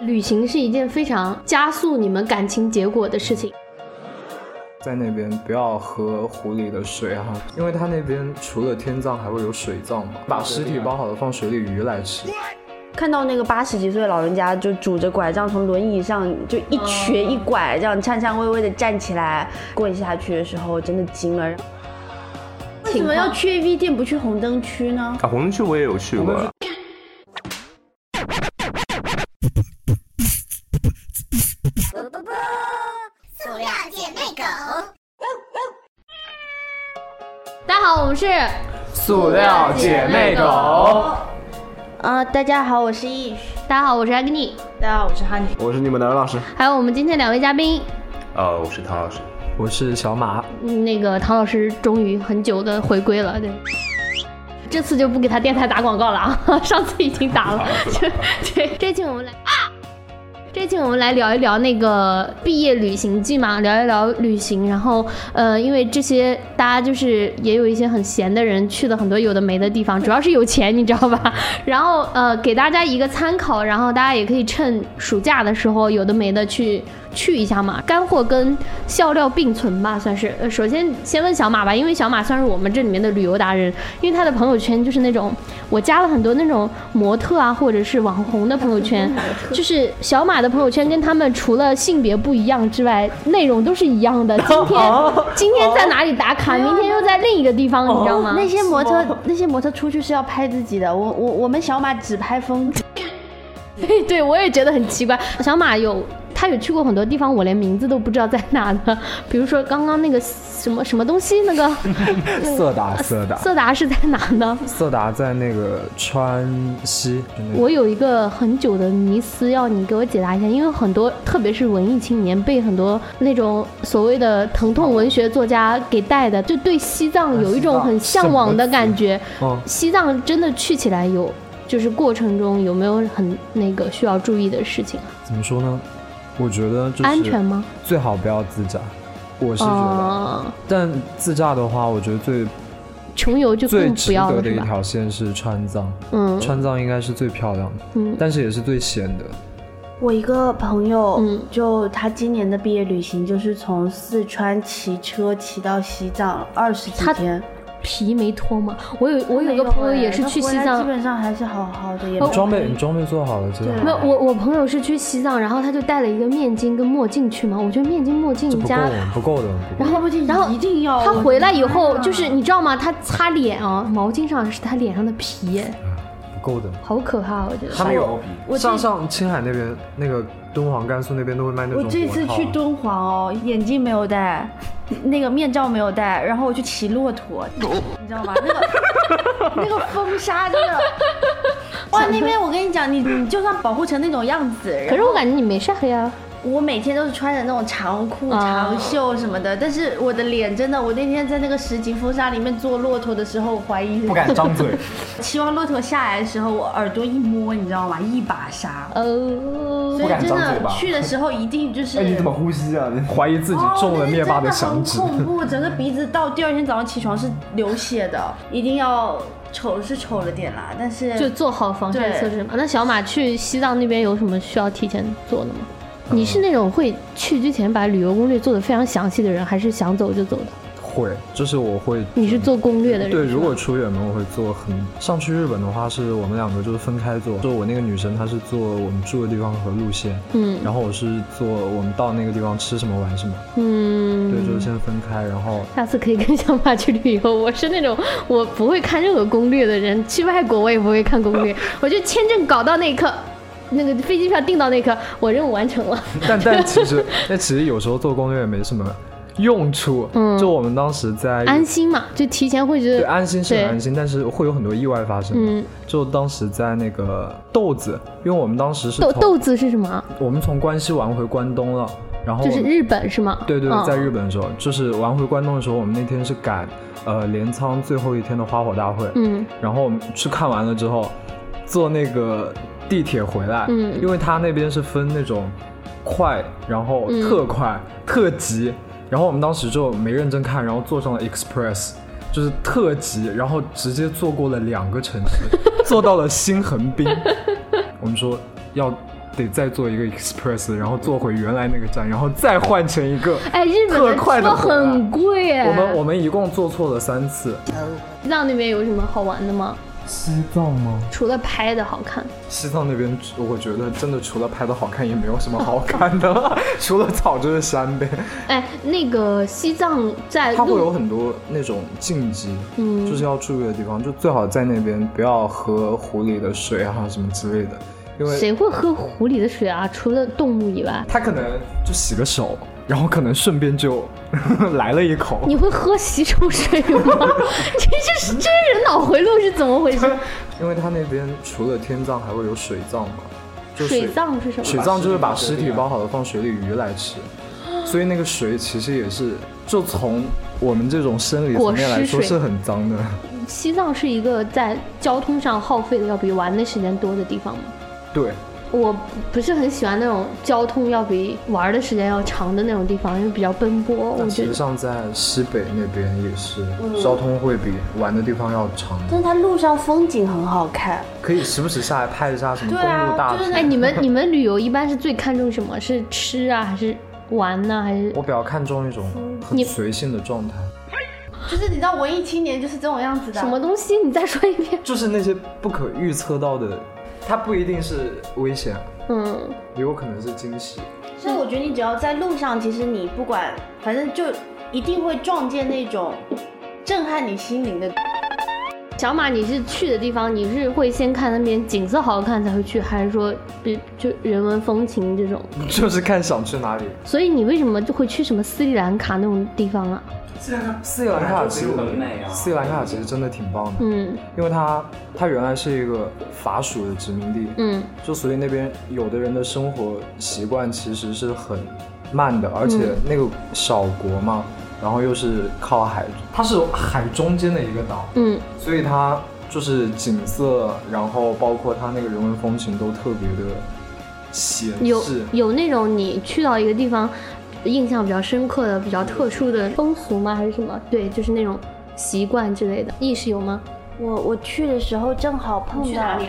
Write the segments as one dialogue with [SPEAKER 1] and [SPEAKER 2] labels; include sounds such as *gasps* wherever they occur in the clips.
[SPEAKER 1] 旅行是一件非常加速你们感情结果的事情。
[SPEAKER 2] 在那边不要喝湖里的水哈、因为它那边除了天葬还会有水葬嘛，把尸体包好了放水里鱼来吃。
[SPEAKER 3] 看到那个八十几岁的老人家就拄着拐杖从轮椅上就一瘸一拐这样颤颤巍巍的站起来跪下去的时候，真的惊了。为什么要去 AV 店不去红灯区呢？
[SPEAKER 4] 啊，红灯区我也有去过，
[SPEAKER 5] 塑料姐妹狗，
[SPEAKER 1] 大家好，我们是
[SPEAKER 2] 塑料姐妹狗，
[SPEAKER 3] 啊、大家好，我是易许。
[SPEAKER 1] 大家好，我是 Agni，
[SPEAKER 3] 大家好，我是汉
[SPEAKER 4] 我是你们的老师。
[SPEAKER 1] 还有我们今天两位嘉宾，
[SPEAKER 4] 呃，我是唐老师。
[SPEAKER 2] 我是小马，
[SPEAKER 1] 嗯那个唐老师终于很久的回归了，对。这次就不给他电台打广告了啊， *laughs* 上次已经打了。 *laughs* 这对，这期我们来 *gasps* 啊，这期我们来聊一聊那个毕业旅行季嘛，聊一聊旅行。然后呃，因为这些大家就是也有一些很闲的人去的很多有的没的地方，主要是有钱，你知道吧？然后呃，给大家一个参考，然后大家也可以趁暑假的时候有的没的去去一下嘛，干货跟笑料并存吧，算是。呃，首先先问小马吧，因为小马算是我们这里面的旅游达人，因为他的朋友圈就是那种我加了很多那种模特啊，或者是网红的朋友
[SPEAKER 3] *laughs*
[SPEAKER 1] 圈，就是小马的朋友圈跟他们除了性别不一样之外，内容都是一样的。今天
[SPEAKER 3] 哦
[SPEAKER 1] 今天在哪里打卡，明天又在另一个地方，你知道吗？
[SPEAKER 3] 哦那些模特，那些模特出去是要拍自己的，我我我们小马只拍风景。
[SPEAKER 1] 对 *laughs* 对，我也觉得很奇怪。小马有，他有去过很多地方，我连名字都不知道在哪的。比如说刚刚那个什么什么东西，那 *laughs* 个
[SPEAKER 2] 色达色达
[SPEAKER 1] 色达是在哪呢？
[SPEAKER 2] 色达在那个川西，就那个
[SPEAKER 1] 我有一个很久的迷思，要你给我解答一下，因为很多，特别是文艺青年，被很多那种所谓的疼痛文学作家给带的，就对西藏有一种很向往的感觉。
[SPEAKER 2] 哦，
[SPEAKER 1] 西藏真的去起来有，就是过程中有没有很那个需要注意的事情啊？
[SPEAKER 2] 怎么说呢？我觉得就是
[SPEAKER 1] 安全吗？
[SPEAKER 2] 最好不要自驾，我是觉得。
[SPEAKER 1] 哦，
[SPEAKER 2] 但自驾的话，我觉得最
[SPEAKER 1] 穷游就
[SPEAKER 2] 最
[SPEAKER 1] 更不
[SPEAKER 2] 值
[SPEAKER 1] 要
[SPEAKER 2] 得
[SPEAKER 1] 了，
[SPEAKER 2] 的
[SPEAKER 1] 是
[SPEAKER 2] 一
[SPEAKER 1] 吧？
[SPEAKER 2] 条线是川藏，
[SPEAKER 1] 嗯
[SPEAKER 2] 川藏应该是最漂亮的，
[SPEAKER 1] 嗯
[SPEAKER 2] 但是也是最险的。
[SPEAKER 3] 我一个朋友，
[SPEAKER 1] 嗯
[SPEAKER 3] 就他今年的毕业旅行就是从四川骑车骑到西藏二十几
[SPEAKER 1] 他
[SPEAKER 3] 天。
[SPEAKER 1] 皮没脱吗？我有我有一个
[SPEAKER 3] 没
[SPEAKER 1] 朋友
[SPEAKER 3] 哎
[SPEAKER 1] 也是
[SPEAKER 3] 他
[SPEAKER 1] 去
[SPEAKER 3] 回
[SPEAKER 1] 西
[SPEAKER 3] 来
[SPEAKER 1] 藏
[SPEAKER 3] 基，本上还是好好的，也
[SPEAKER 1] 哦
[SPEAKER 3] 没
[SPEAKER 2] 装备
[SPEAKER 3] 有
[SPEAKER 2] 你装备做好了，知道
[SPEAKER 3] 对
[SPEAKER 1] 啊没有，
[SPEAKER 2] 吗？
[SPEAKER 1] 我我朋友是去西藏，然后他就带了一个面巾跟墨镜去嘛。我觉得面巾墨镜
[SPEAKER 2] 这不够啊
[SPEAKER 1] 加，
[SPEAKER 2] 不够的，不
[SPEAKER 1] 然
[SPEAKER 2] 够的。
[SPEAKER 1] 后然后
[SPEAKER 3] 一定要
[SPEAKER 1] 他回来以后，就是你知道吗？他擦脸啊，毛巾上是他脸上的皮，
[SPEAKER 2] 不够的。
[SPEAKER 1] 好可怕，我觉得。
[SPEAKER 2] 他们有
[SPEAKER 3] 我这
[SPEAKER 2] 上上青海那边那个敦煌、甘肃那边都会卖那
[SPEAKER 3] 我
[SPEAKER 2] 种
[SPEAKER 3] 这次
[SPEAKER 2] 脖套
[SPEAKER 3] 去敦煌哦，眼镜没有戴，那个面罩没有戴，然后我去骑骆驼，
[SPEAKER 1] 哦
[SPEAKER 3] 你知道吗？那
[SPEAKER 1] *laughs*
[SPEAKER 3] 个那个风沙真的，哇！那边我跟你讲，你你就算保护成那种样子，
[SPEAKER 1] 可是我感觉你没晒黑啊，
[SPEAKER 3] 我每天都是穿着那种长裤、
[SPEAKER 1] 啊
[SPEAKER 3] 长袖什么的，但是我的脸真的，我那天在那个十级风沙里面坐骆驼的时候，我怀疑不敢张嘴。骑完骆驼下来的时候，我耳朵一摸，你知道吗？一把沙。
[SPEAKER 1] 哦
[SPEAKER 3] 所以真
[SPEAKER 4] 不敢张
[SPEAKER 3] 的
[SPEAKER 4] 嘴吧
[SPEAKER 3] 去的时候一定
[SPEAKER 4] *laughs*
[SPEAKER 3] 就是。
[SPEAKER 4] 呼吸啊？
[SPEAKER 2] 怀疑自己
[SPEAKER 1] 哦
[SPEAKER 2] 中了灭霸响指
[SPEAKER 3] 哦，那个真的很恐怖，
[SPEAKER 4] *laughs*
[SPEAKER 3] 整个鼻子到第二天早上起床是流血的，一定要丑是丑了点啦，但是
[SPEAKER 1] 就做好防晒
[SPEAKER 3] 嗯对
[SPEAKER 1] 措施嘛。那小马去西藏那边有什么需要提前做的吗？
[SPEAKER 2] 嗯
[SPEAKER 1] 你是那种会去之前把旅游攻略做的非常详细的人，还是想走就走的？
[SPEAKER 2] 会，就是我会。
[SPEAKER 1] 你是做攻略的人？
[SPEAKER 2] 对，
[SPEAKER 1] 是吧
[SPEAKER 2] 如果出远门我会做很。上去日本的话，是我们两个就是分开做，就我那个女生她是做我们住的地方和路线，
[SPEAKER 1] 嗯
[SPEAKER 2] 然后我是做我们到那个地方吃什么玩什么，
[SPEAKER 1] 嗯，
[SPEAKER 2] 对，就是先分开，然后 *laughs*
[SPEAKER 1] 下次可以跟小马去旅游。我是那种 *laughs* 我不会看任何攻略的人，去外国我也不会看攻
[SPEAKER 2] *laughs*
[SPEAKER 1] 略。我就签证搞到那一刻，那个飞机票订到那一刻，我任务完成了。
[SPEAKER 2] 但但其实， *laughs* 但其实有时候做攻略也没什么用处。
[SPEAKER 1] 嗯
[SPEAKER 2] 就我们当时在
[SPEAKER 1] 安心嘛，就提前会觉
[SPEAKER 2] 对
[SPEAKER 1] 得
[SPEAKER 2] 安心是很
[SPEAKER 1] 对
[SPEAKER 2] 安心，但是会有很多意外发生。
[SPEAKER 1] 嗯，
[SPEAKER 2] 就当时在那个豆子，因为我们当时是
[SPEAKER 1] 豆
[SPEAKER 2] 从
[SPEAKER 1] 豆子是什么啊？
[SPEAKER 2] 我们从关西玩回关东了，然后
[SPEAKER 1] 就是
[SPEAKER 2] 我们
[SPEAKER 1] 日本是吗？
[SPEAKER 2] 对对
[SPEAKER 1] 嗯
[SPEAKER 2] 对，在日本的时候，就是玩回关东的时候，我们那天是赶呃镰仓最后一天的花火大会。
[SPEAKER 1] 嗯
[SPEAKER 2] 然后我们去看完了之后，坐那个地铁回来，
[SPEAKER 1] 嗯
[SPEAKER 2] 因为他那边是分那种快，然后
[SPEAKER 1] 嗯
[SPEAKER 2] 特快、特急，然后我们当时就没认真
[SPEAKER 1] *laughs*
[SPEAKER 2] 看，然后坐上了 express，就是特急，然后直接坐过了两个城市，做到了心横滨。我们说要得再做一个 express，然后坐回原来那个站，然后再换成一个。
[SPEAKER 1] 哎，日本
[SPEAKER 2] 特
[SPEAKER 1] 的
[SPEAKER 2] 快
[SPEAKER 1] 车
[SPEAKER 2] 的回来
[SPEAKER 1] 很贵哎。
[SPEAKER 2] 我们我们一共坐错了三次。
[SPEAKER 1] 西藏那边有什么好玩的吗？
[SPEAKER 2] 西藏吗？
[SPEAKER 1] 除了拍的好看，
[SPEAKER 2] 西藏那边，我觉得真的除了拍的好看，也没有什么好看的，除了 *laughs* 草就是山呗。
[SPEAKER 1] 哎，那个西藏在
[SPEAKER 2] 它会有
[SPEAKER 1] 路，
[SPEAKER 2] 很多那种禁忌，
[SPEAKER 1] 哎嗯
[SPEAKER 2] 就是要注意的地方，就最好在那边不要喝湖里的水啊什么之类的，因为
[SPEAKER 1] 谁会喝湖里的水啊？除了动物以外，
[SPEAKER 2] 它可能就洗个手，然后可能顺便就 *laughs* 来了一口。
[SPEAKER 1] 你会喝洗手水
[SPEAKER 2] *laughs*
[SPEAKER 1] 吗？这这是这人脑回路是怎么回
[SPEAKER 2] 嗯
[SPEAKER 1] 事？
[SPEAKER 2] 因为它那边除了天葬还会有水葬嘛，就
[SPEAKER 1] 水葬是什
[SPEAKER 2] 水
[SPEAKER 1] 么？
[SPEAKER 2] 葬就是把尸体包好了放水里鱼来吃，所以那个水其实也是就从我们这种生理层面来说
[SPEAKER 1] 裹尸水
[SPEAKER 2] 是很脏的。
[SPEAKER 1] 西藏是一个在交通上耗费的要比玩的时间多的地方吗？
[SPEAKER 2] 对，
[SPEAKER 1] 我不是很喜欢那种交通要比玩的时间要长的那种地方，因为比较奔波。
[SPEAKER 2] 那
[SPEAKER 1] 我
[SPEAKER 2] 其
[SPEAKER 1] 觉
[SPEAKER 2] 实
[SPEAKER 1] 得
[SPEAKER 2] 上在西北那边也是，交通会比玩的地方要长，
[SPEAKER 3] 嗯但是它路上风景很好看，
[SPEAKER 2] 可以时不时下来拍一下什么公
[SPEAKER 3] 对啊
[SPEAKER 2] 路大
[SPEAKER 3] 就是
[SPEAKER 1] *laughs*
[SPEAKER 2] 屏。
[SPEAKER 1] 哎，你们你们旅游一般是最看重什么？是吃啊，还是玩呢、还是
[SPEAKER 2] 我比较看重一种很
[SPEAKER 3] 嗯
[SPEAKER 1] 你
[SPEAKER 2] 随性的状态，
[SPEAKER 3] 就是你知道文艺青年就是这种样子的
[SPEAKER 1] 什么东西？ *laughs* 你再说一遍。
[SPEAKER 2] 就是那些不可预测到的，它不一定是危险，
[SPEAKER 1] 嗯，
[SPEAKER 2] 也有可能是惊喜。 *laughs*
[SPEAKER 3] 所以我觉得你只要在路上，其实你不管，反正就一定会撞见那种震撼你心灵的。
[SPEAKER 1] 小马，你是去的地方，你是会先看那边景色好看才会去，还是说，比就人文风情这种？
[SPEAKER 2] 就是看想去哪里。
[SPEAKER 1] 所以你为什么就会去什么斯里兰卡那种地方啊？
[SPEAKER 2] 斯里兰卡其实
[SPEAKER 6] 本来就很美啊
[SPEAKER 2] 斯里兰卡其实真的挺棒的，
[SPEAKER 1] 嗯
[SPEAKER 2] 因为它它原来是一个法属的殖民地，
[SPEAKER 1] 嗯，
[SPEAKER 2] 就所以那边有的人的生活习惯其实是很慢的，而且
[SPEAKER 3] 嗯
[SPEAKER 2] 那个小国嘛，然后又是靠海，它是海中间的一个岛，
[SPEAKER 1] 嗯，
[SPEAKER 2] 所以它就是景色，然后包括它那个人文风情都特别的闲
[SPEAKER 1] 有
[SPEAKER 2] 适。
[SPEAKER 1] 有那种你去到一个地方，印象比较深刻的、比较特殊的风俗吗？还是什么？对，就是那种习惯之类的，意识有吗？
[SPEAKER 3] 我我去的时候正好碰到，
[SPEAKER 1] 啊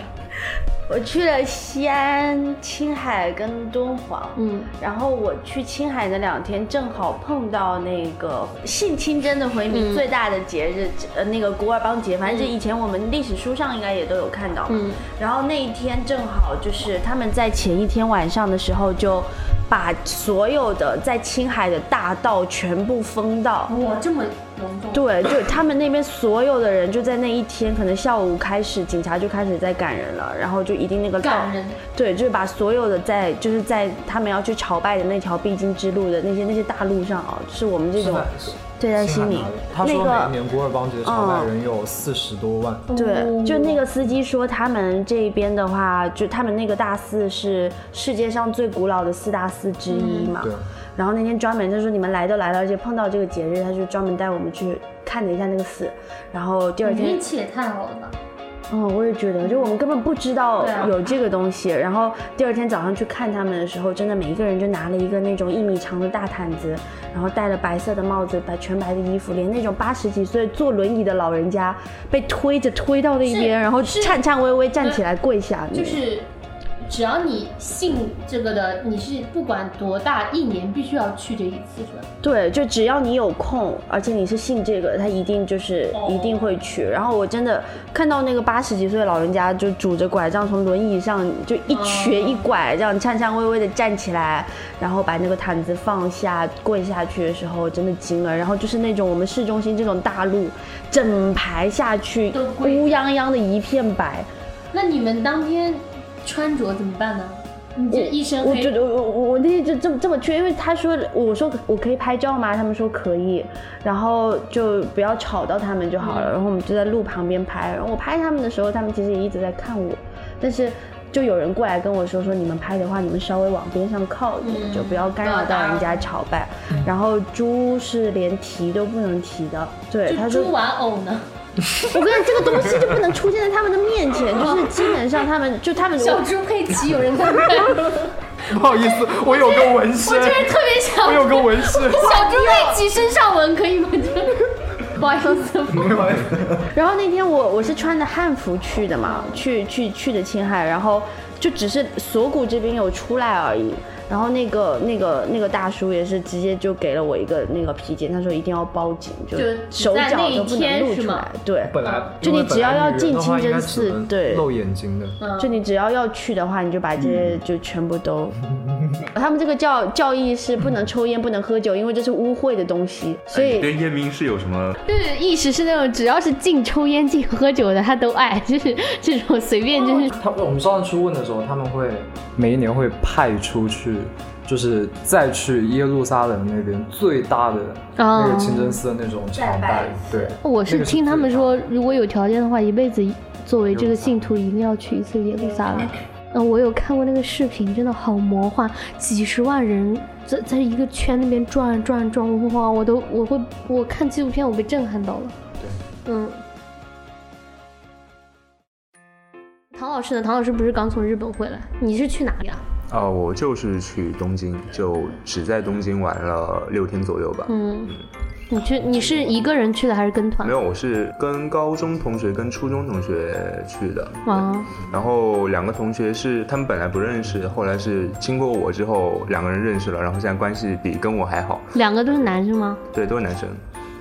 [SPEAKER 3] *laughs* 我去了西安、青海跟敦煌。
[SPEAKER 1] 嗯，
[SPEAKER 3] 然后我去青海的两天，正好碰到那个信清真的回
[SPEAKER 1] 嗯
[SPEAKER 3] 民最大的节日，呃，那个古尔邦节，反正就以前我们历史书上应该也都有看到。
[SPEAKER 1] 嗯，
[SPEAKER 3] 然后那一天正好就是他们在前一天晚上的时候就。把所有的在青海的大道全部封道，
[SPEAKER 1] 哇，这么隆重。
[SPEAKER 3] 对，就他们那边所有的人就在那一天，可能下午开始，警察就开始在赶人了，然后就一定那个道
[SPEAKER 1] 赶人，
[SPEAKER 3] 对，就是把所有的在就是在他们要去朝拜的那条必经之路的那些那些大路上啊，就是我们这种对在心里，
[SPEAKER 2] 他
[SPEAKER 3] 那
[SPEAKER 2] 说每
[SPEAKER 3] 个嗯
[SPEAKER 2] 年古尔邦节朝拜人有四十多万，
[SPEAKER 1] 哦
[SPEAKER 3] 对，就那个司机说他们这边的话，就他们那个大寺是世界上最古老的四大寺之一
[SPEAKER 1] 嗯
[SPEAKER 3] 嘛，
[SPEAKER 2] 对，
[SPEAKER 3] 然后那天专门他说你们来都来了，而且碰到这个节日，他就专门带我们去看了一下那个寺，然后第二天
[SPEAKER 1] 气也太好了吧！
[SPEAKER 3] 嗯，我也觉得，就我们根本不知道
[SPEAKER 1] 对啊
[SPEAKER 3] 有这个东西。然后第二天早上去看他们的时候，真的每一个人就拿了一个那种一米长的大毯子，然后戴了白色的帽子，白全白的衣服，连那种八十几岁坐轮椅的老人家被推着推到那
[SPEAKER 1] 是
[SPEAKER 3] 边，然后
[SPEAKER 1] 是
[SPEAKER 3] 颤颤巍巍站
[SPEAKER 1] 对
[SPEAKER 3] 起来跪下那种。
[SPEAKER 1] 就是只要你信这个的，你是不管多大，一年必须要去这一次，是吧？
[SPEAKER 3] 对，就只要你有空，而且你是信这个，他一定就是、
[SPEAKER 1] 哦
[SPEAKER 3] 一定会去。然后我真的看到那个八十几岁的老人家，就拄着拐杖从轮椅上就一瘸一拐这样颤颤巍巍的站起来，然后把那个毯子放下跪下去的时候，真的惊了。然后就是那种我们市中心这种大路，整排下去
[SPEAKER 1] 都跪着
[SPEAKER 3] 乌泱泱的一片白。
[SPEAKER 1] 那你们当天穿着怎么办呢？你这一身
[SPEAKER 3] 我
[SPEAKER 1] 黑
[SPEAKER 3] 觉，得我我我那天就这么这么去，因为他说我说我可以拍照吗？他们说可以，然后就不要吵到他们就好
[SPEAKER 1] 嗯
[SPEAKER 3] 了。然后我们就在路旁边拍，然后我拍他们的时候，他们其实也一直在看我，但是就有人过来跟我说说你们拍的话，你们稍微往边上靠一点，
[SPEAKER 1] 嗯
[SPEAKER 3] 就不要干扰到人家朝拜。然后猪是连提都不能提的，对，他
[SPEAKER 1] 就
[SPEAKER 3] 说
[SPEAKER 1] 猪玩偶 *laughs* 呢？
[SPEAKER 3] 我跟你讲这个东西就不能出现在他们的面
[SPEAKER 1] *laughs*
[SPEAKER 3] 前，就是基本上他们就他们
[SPEAKER 1] 小猪佩奇有人在看，
[SPEAKER 2] *laughs* 不好意思，我有个纹身
[SPEAKER 1] 我，就是特别想
[SPEAKER 2] *laughs* 我有个纹身。
[SPEAKER 1] 小猪佩奇身上纹可以吗？这 *laughs* 不好意思，不好意思
[SPEAKER 3] 然后那天我我是穿着汉服去的嘛，去去去的青海，然后就只是锁骨这边有出来而已。然后那个那个那个大叔也是直接就给了我一个那个披肩，他说一定要包紧，就
[SPEAKER 1] 就
[SPEAKER 3] 手
[SPEAKER 1] 在那
[SPEAKER 3] 脚
[SPEAKER 1] 一
[SPEAKER 3] 都不
[SPEAKER 1] 天
[SPEAKER 3] 能露
[SPEAKER 1] 是
[SPEAKER 3] 出
[SPEAKER 1] 吗
[SPEAKER 3] 来。对，
[SPEAKER 2] 本来
[SPEAKER 3] 就
[SPEAKER 2] 因为
[SPEAKER 3] 你
[SPEAKER 2] 本
[SPEAKER 3] 只要
[SPEAKER 2] 来
[SPEAKER 3] 要
[SPEAKER 2] 女人
[SPEAKER 3] 进
[SPEAKER 2] 的话
[SPEAKER 3] 清
[SPEAKER 2] 应该
[SPEAKER 3] 真
[SPEAKER 2] 只
[SPEAKER 3] 寺
[SPEAKER 2] 能
[SPEAKER 3] 对嗯
[SPEAKER 2] 露眼睛的，
[SPEAKER 3] 就你只要要去的话，你就把这些
[SPEAKER 4] 嗯
[SPEAKER 3] 就全部
[SPEAKER 4] *laughs*
[SPEAKER 3] 都。他们这个教教义是不能抽烟、不能喝酒，因为这是污秽的东西，所
[SPEAKER 4] 哎你
[SPEAKER 3] 以
[SPEAKER 4] 对夜明是有什么？
[SPEAKER 1] 就是意识是那种只要是禁抽烟、禁喝酒的，他都爱，就是这种随便就是。
[SPEAKER 2] 他我们上次去问的时候，他们会每一年会派出去，就是再去耶路撒冷那边最大的那个清真寺的那种朝拜，对，
[SPEAKER 1] 我
[SPEAKER 2] 那
[SPEAKER 1] 是
[SPEAKER 2] 个是
[SPEAKER 1] 听他们
[SPEAKER 2] 最大
[SPEAKER 1] 说，如果有条件的话，一辈子作为这个
[SPEAKER 2] 耶路撒冷
[SPEAKER 1] 信徒，一定要去一次耶路撒冷。嗯，我有看过那个视频，真的好魔幻，几十万人在在一个圈那边转转转，哇！我都我会我看纪录片，我被震撼到了。对，嗯。唐老师呢？唐老师不是刚从日本回来？你是去哪里啊？
[SPEAKER 4] 啊，我就是去东京，就只在东京玩了六天左右吧。
[SPEAKER 1] 嗯，你去你是一个人去的还是跟团？
[SPEAKER 4] 没有，我是跟高中同学、跟初中同学去的。
[SPEAKER 1] 啊，
[SPEAKER 4] 然后两个同学是他们本来不认识，后来是经过我之后两个人认识了，然后现在关系比跟我还好，
[SPEAKER 1] 两个都是男生吗？
[SPEAKER 4] 对，都是男生。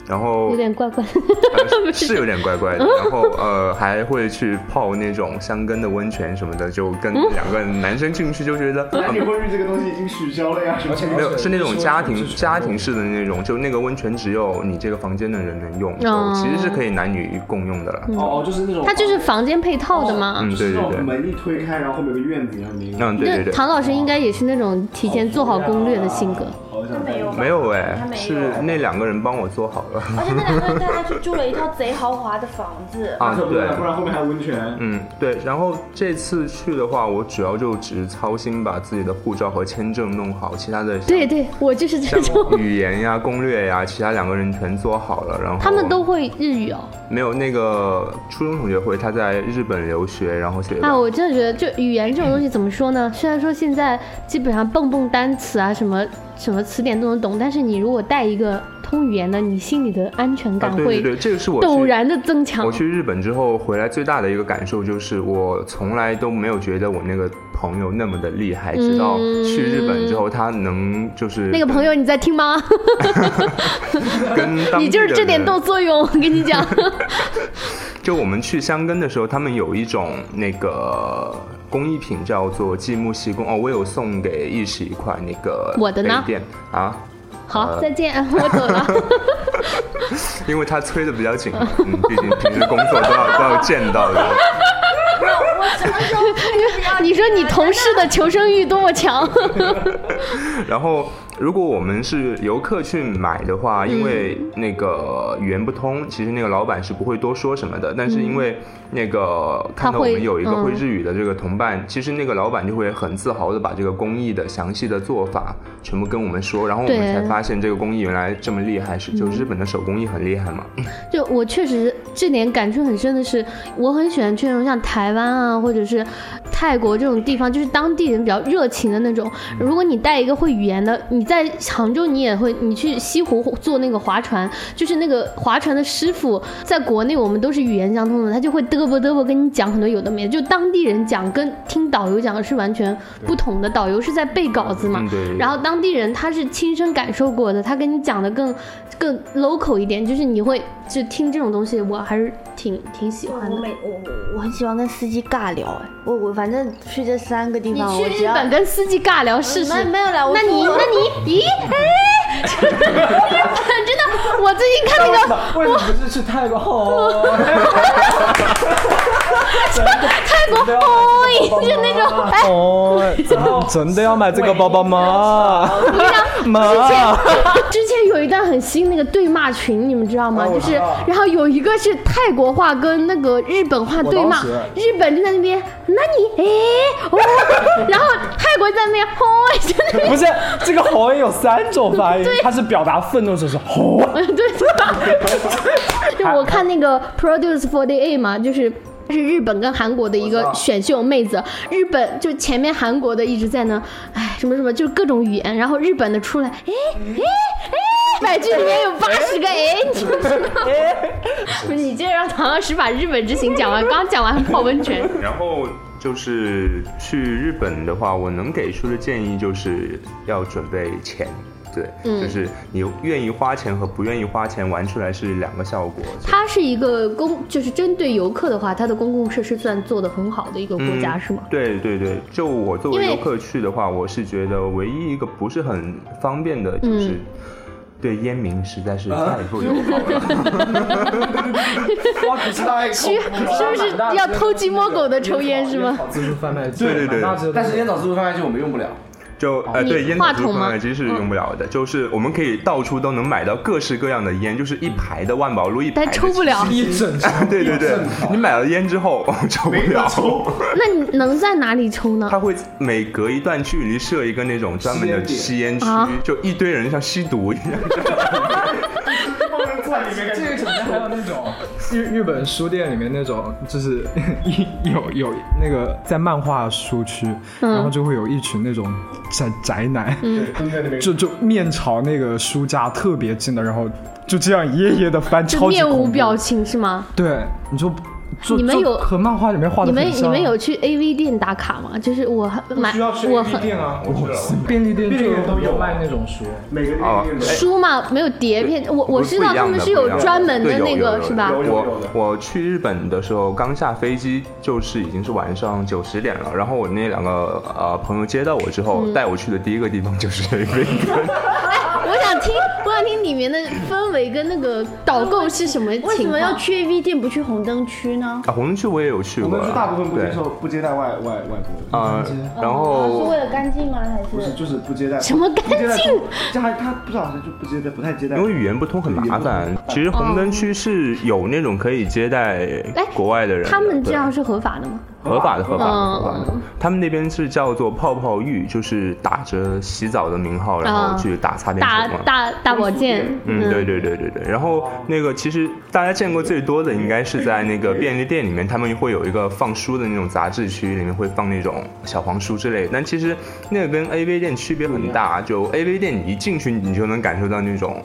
[SPEAKER 4] 然后
[SPEAKER 1] 有点怪怪。 *laughs*
[SPEAKER 4] 呃是有点怪怪的，然后呃还会去泡那种香根的温泉什么的，就跟
[SPEAKER 1] 嗯
[SPEAKER 4] 两个男生进去就觉得，嗯
[SPEAKER 6] 你婚率这个东西已经取消了呀，什么情
[SPEAKER 4] 没
[SPEAKER 6] 况？
[SPEAKER 4] 有是那种家庭
[SPEAKER 2] 是
[SPEAKER 4] 家庭式的那种，就那个温泉只有你这个房间的人能用，
[SPEAKER 1] 哦
[SPEAKER 4] 就其实是可以男女共用的了。
[SPEAKER 1] 嗯
[SPEAKER 6] 哦哦，就是那种，
[SPEAKER 1] 他就是房间配套的嘛。
[SPEAKER 4] 嗯，对
[SPEAKER 6] 那
[SPEAKER 4] 对
[SPEAKER 6] 种
[SPEAKER 4] 对，
[SPEAKER 6] 门一推开，然后后面有个院子一样的一个。
[SPEAKER 4] 嗯对对
[SPEAKER 1] 那
[SPEAKER 4] 对。
[SPEAKER 1] 唐老师应该也是那种提前做好攻略的性格。
[SPEAKER 4] 哦
[SPEAKER 6] 好想没有，
[SPEAKER 4] 没有哎
[SPEAKER 3] 他，没有
[SPEAKER 4] 是那两个人帮我做好了。
[SPEAKER 3] 而且那两个人带他去住了一套贼豪华的房子。
[SPEAKER 4] *laughs* 啊，
[SPEAKER 6] 可不
[SPEAKER 4] 对
[SPEAKER 6] 然，不然后面还有温泉。
[SPEAKER 4] 嗯，对。然后这次去的话，我主要就只操心把自己的护照和签证弄好，其他的
[SPEAKER 1] 对对，我就是这
[SPEAKER 4] 像
[SPEAKER 1] 种。
[SPEAKER 4] 语言呀、攻略呀，其他两个人全做好了。然后
[SPEAKER 1] 他们都会日语哦。
[SPEAKER 4] 没有那个初中同学会，他在日本留学，然后学的。
[SPEAKER 1] 哎，我真的觉得，就语言这种东西怎么说呢？虽然说现在基本上蹦蹦单词啊，什么什么词典都能懂，但是你如果带一个通语言的，你心里的安全
[SPEAKER 4] 啊
[SPEAKER 1] 感，
[SPEAKER 4] 对对
[SPEAKER 1] 会
[SPEAKER 4] 对，这个是我
[SPEAKER 1] 陡
[SPEAKER 4] 去
[SPEAKER 1] 然的增强。
[SPEAKER 4] 我去日本之后回来最大的一个感受就是，我从来都没有觉得我那个朋友那么的厉害，直到去日本之后，他能就是
[SPEAKER 1] 嗯那个朋友你在听吗？
[SPEAKER 4] 跟
[SPEAKER 1] *laughs*
[SPEAKER 4] 当
[SPEAKER 1] 你
[SPEAKER 4] 地
[SPEAKER 1] 就是
[SPEAKER 4] 的
[SPEAKER 1] 这点
[SPEAKER 4] 人
[SPEAKER 1] 动作用，我跟你
[SPEAKER 4] *laughs*
[SPEAKER 1] 讲。
[SPEAKER 4] 就我们去箱根的时候，他们有一种那个工艺品叫做积木细工哦，我有送给意识一块那个
[SPEAKER 1] 我的呢
[SPEAKER 4] 杯垫啊，
[SPEAKER 1] 好，再见，我走了。
[SPEAKER 4] 因为他催的比较紧，嗯，毕竟平时工作都要都要见到的。
[SPEAKER 1] 你说你同事的求生欲多么强？
[SPEAKER 4] 然后如果我们是游客去买的话，
[SPEAKER 1] 嗯
[SPEAKER 4] 因为那个语言不通，其实那个老板是不会多说什么的。但是因为那个看到我
[SPEAKER 1] 会
[SPEAKER 4] 们有一个
[SPEAKER 1] 嗯
[SPEAKER 4] 会日语的这个同伴，其实那个老板就会很自豪的把这个工艺的详细的做法全部跟我们说，然后我
[SPEAKER 1] 对
[SPEAKER 4] 们才发现这个工艺原来这么厉害，是就日本的手工艺很厉害嘛。
[SPEAKER 1] 就我确实这点感触很深的是，我很喜欢去那种像台湾啊，或者是泰国这种地方，就是当地人比较热情的那种。如果你带一个会语言的，你在杭州你也会，你去西湖坐那个划船，就是那个划船的师傅，在国内我们都是语言相通的，他就会嘚啵嘚啵跟你讲很多有的没的，就当地人讲跟听导游讲的是完全不同的，导游是在背稿子嘛，
[SPEAKER 4] 嗯， *laughs* 对。
[SPEAKER 1] 然后当地人他是亲身感受过的，他跟你讲的更更 local 一点，就是你会就听这种东西，我还是挺挺喜欢
[SPEAKER 3] 我
[SPEAKER 1] 的。
[SPEAKER 3] 每我我我很喜欢跟司机尬聊哎，我我反正去这三个地
[SPEAKER 1] 你
[SPEAKER 3] 方，我
[SPEAKER 1] 去
[SPEAKER 3] 只
[SPEAKER 1] 日
[SPEAKER 3] 要
[SPEAKER 1] 本跟司机尬聊试试？
[SPEAKER 3] 没没有啦，我
[SPEAKER 1] 那你
[SPEAKER 3] 我
[SPEAKER 1] 那你咦哎，真的，我最近看那个
[SPEAKER 2] 为什么是去泰国？ *laughs* 哦，
[SPEAKER 1] 泰国 boy 就那种哎。
[SPEAKER 2] 哦，真的要买这个包包吗？
[SPEAKER 1] 哦
[SPEAKER 2] 妈，
[SPEAKER 1] 之前有一段很新那个对骂群，你们知道吗？
[SPEAKER 2] 啊
[SPEAKER 1] 就
[SPEAKER 2] 我
[SPEAKER 1] 是
[SPEAKER 2] 知道，
[SPEAKER 1] 然后有一个是泰国话跟那个日本话啊对骂
[SPEAKER 2] 我当时，
[SPEAKER 1] 日本就在那边，那你哎，
[SPEAKER 2] *laughs*
[SPEAKER 1] 哦，然后泰国在那边，哦，就在那边，
[SPEAKER 2] 不是这个红有三种发音，它是表达愤怒，就是红。
[SPEAKER 1] 对对吧？就我看那个 Produce Forty Eight 嘛，就是。是日本跟韩国的一个选秀妹子，日本就前面韩国的一直在那，哎，什么什么，就是各种语言，然后日本的出来，哎哎哎，一百句里面有八十个哎，你就知道。你 *laughs* 这让唐老师把日本之行讲完，刚讲完泡温泉，
[SPEAKER 4] 然后就是去日本的话，我能给出的建议就是要准备钱。对，
[SPEAKER 1] 嗯
[SPEAKER 4] 就是你愿意花钱和不愿意花钱玩出来是两个效果。
[SPEAKER 1] 它是一个公，就是针对游客的话，它的公共设施算做得很好的一个国家，是吗？
[SPEAKER 4] 嗯对对对，就我作为
[SPEAKER 1] 因为
[SPEAKER 4] 游客去的话，我是觉得唯一一个不是很方便的
[SPEAKER 1] 嗯
[SPEAKER 4] 就是。对烟民实在是太不友好
[SPEAKER 1] *laughs*
[SPEAKER 4] 了，
[SPEAKER 2] 哇，可是大家
[SPEAKER 1] 需是不是要偷鸡摸狗的抽烟是吗？
[SPEAKER 2] 自助贩卖机，
[SPEAKER 4] 对对
[SPEAKER 2] 蛮
[SPEAKER 4] 对
[SPEAKER 2] 大只的
[SPEAKER 6] 但是烟草自助贩卖机我们用不了，
[SPEAKER 4] 就呃
[SPEAKER 1] 你
[SPEAKER 4] 对烟
[SPEAKER 1] 话
[SPEAKER 4] 草
[SPEAKER 1] 筒
[SPEAKER 4] 贩
[SPEAKER 1] 吗嗯
[SPEAKER 4] 卖机是用不了的，就是我们可以到处都能买到各式各样的烟，就是一排的万宝路一
[SPEAKER 1] 但
[SPEAKER 4] 排的，
[SPEAKER 1] 抽不了。
[SPEAKER 2] 一整箱
[SPEAKER 4] *laughs* 对对对
[SPEAKER 6] 正，常
[SPEAKER 4] 你买了烟之后 *laughs* 抽不
[SPEAKER 6] 没得
[SPEAKER 4] 了，
[SPEAKER 6] 抽。
[SPEAKER 1] 那你能在哪里抽呢
[SPEAKER 4] 他？会每隔一段距离设一个那种专门的吸
[SPEAKER 6] 吸
[SPEAKER 4] 烟区
[SPEAKER 1] 啊，
[SPEAKER 4] 就一堆人像吸毒一样。
[SPEAKER 6] 在里面
[SPEAKER 2] *laughs* 这个里面还有那种日日本书店里面那种，就是 *laughs* 一有有那个在漫画书区，
[SPEAKER 1] 嗯
[SPEAKER 2] 然后就会有一群那种宅宅男，
[SPEAKER 6] 蹲在那边
[SPEAKER 2] 就就面朝那个书架特别近的，然后就这样一页页的翻，
[SPEAKER 1] 就
[SPEAKER 2] 超级
[SPEAKER 1] 面
[SPEAKER 2] 恐
[SPEAKER 1] 无
[SPEAKER 2] 怖
[SPEAKER 1] 表。情是吗？
[SPEAKER 2] 对，你就就
[SPEAKER 1] 你们
[SPEAKER 2] 就
[SPEAKER 1] 有
[SPEAKER 2] 和漫画里面画的
[SPEAKER 1] 你们
[SPEAKER 2] 很
[SPEAKER 1] 你
[SPEAKER 2] 像啊
[SPEAKER 1] 们有去 AV 店打卡吗？就是我还买我很
[SPEAKER 6] 啊，我去了。
[SPEAKER 2] 便利店
[SPEAKER 6] 便利店
[SPEAKER 2] 就
[SPEAKER 6] 都有
[SPEAKER 2] 卖那种书，
[SPEAKER 6] 每个店面
[SPEAKER 4] 哎
[SPEAKER 1] 书嘛，没有碟片，我我
[SPEAKER 4] 不是
[SPEAKER 1] 知道他们是有专门
[SPEAKER 4] 不一样
[SPEAKER 1] 那
[SPEAKER 4] 的对有有
[SPEAKER 1] 个
[SPEAKER 4] 有
[SPEAKER 1] 是吧
[SPEAKER 6] 有？
[SPEAKER 4] 我我去日本的时候，刚下飞机就是已经是晚上九十点了，然后我那两个呃朋友接到我之后，
[SPEAKER 1] 嗯
[SPEAKER 4] 带我去的第一个地方就是 AV
[SPEAKER 1] 我想听我想听里面的氛围跟那个导购是什么情况？
[SPEAKER 3] 为什么要去 AV 店不去红灯区呢？
[SPEAKER 4] 啊，红灯区我也有去
[SPEAKER 6] 我
[SPEAKER 4] 过，
[SPEAKER 6] 们是大部分不接
[SPEAKER 4] 对
[SPEAKER 6] 受，嗯不接待外外外国，
[SPEAKER 4] 啊
[SPEAKER 2] 红灯区，
[SPEAKER 4] 然
[SPEAKER 3] 是
[SPEAKER 1] 哦
[SPEAKER 4] 后
[SPEAKER 3] 为了干净吗？还
[SPEAKER 6] 不是
[SPEAKER 3] 是
[SPEAKER 6] 就是不接待
[SPEAKER 1] 什么干净
[SPEAKER 6] 不接待中这还他不知道好像就不接待，不太接待。
[SPEAKER 4] 因为语言不通很麻烦，其实红灯区是有那种可以接待
[SPEAKER 1] 哎
[SPEAKER 4] 国外的人的，
[SPEAKER 1] 他们这
[SPEAKER 4] 对
[SPEAKER 1] 样是合法的吗？
[SPEAKER 4] 合法的，合法的，
[SPEAKER 1] 嗯
[SPEAKER 4] 合法的。他们那边是叫做泡泡浴，就是打着洗澡的名号，然后去打擦
[SPEAKER 1] 嗯
[SPEAKER 4] 边
[SPEAKER 1] 打
[SPEAKER 4] 球嘛。
[SPEAKER 1] 大大保健，
[SPEAKER 4] 嗯，对对对对对。然后那个其实大家见过最多的应该是在那个便利店里面，他们会有一个放书的那种杂志区，里面会放那种小黄书之类的。但其实那个跟 AV 店区别很大，就 AV 店你一进去，你就能感受到那种。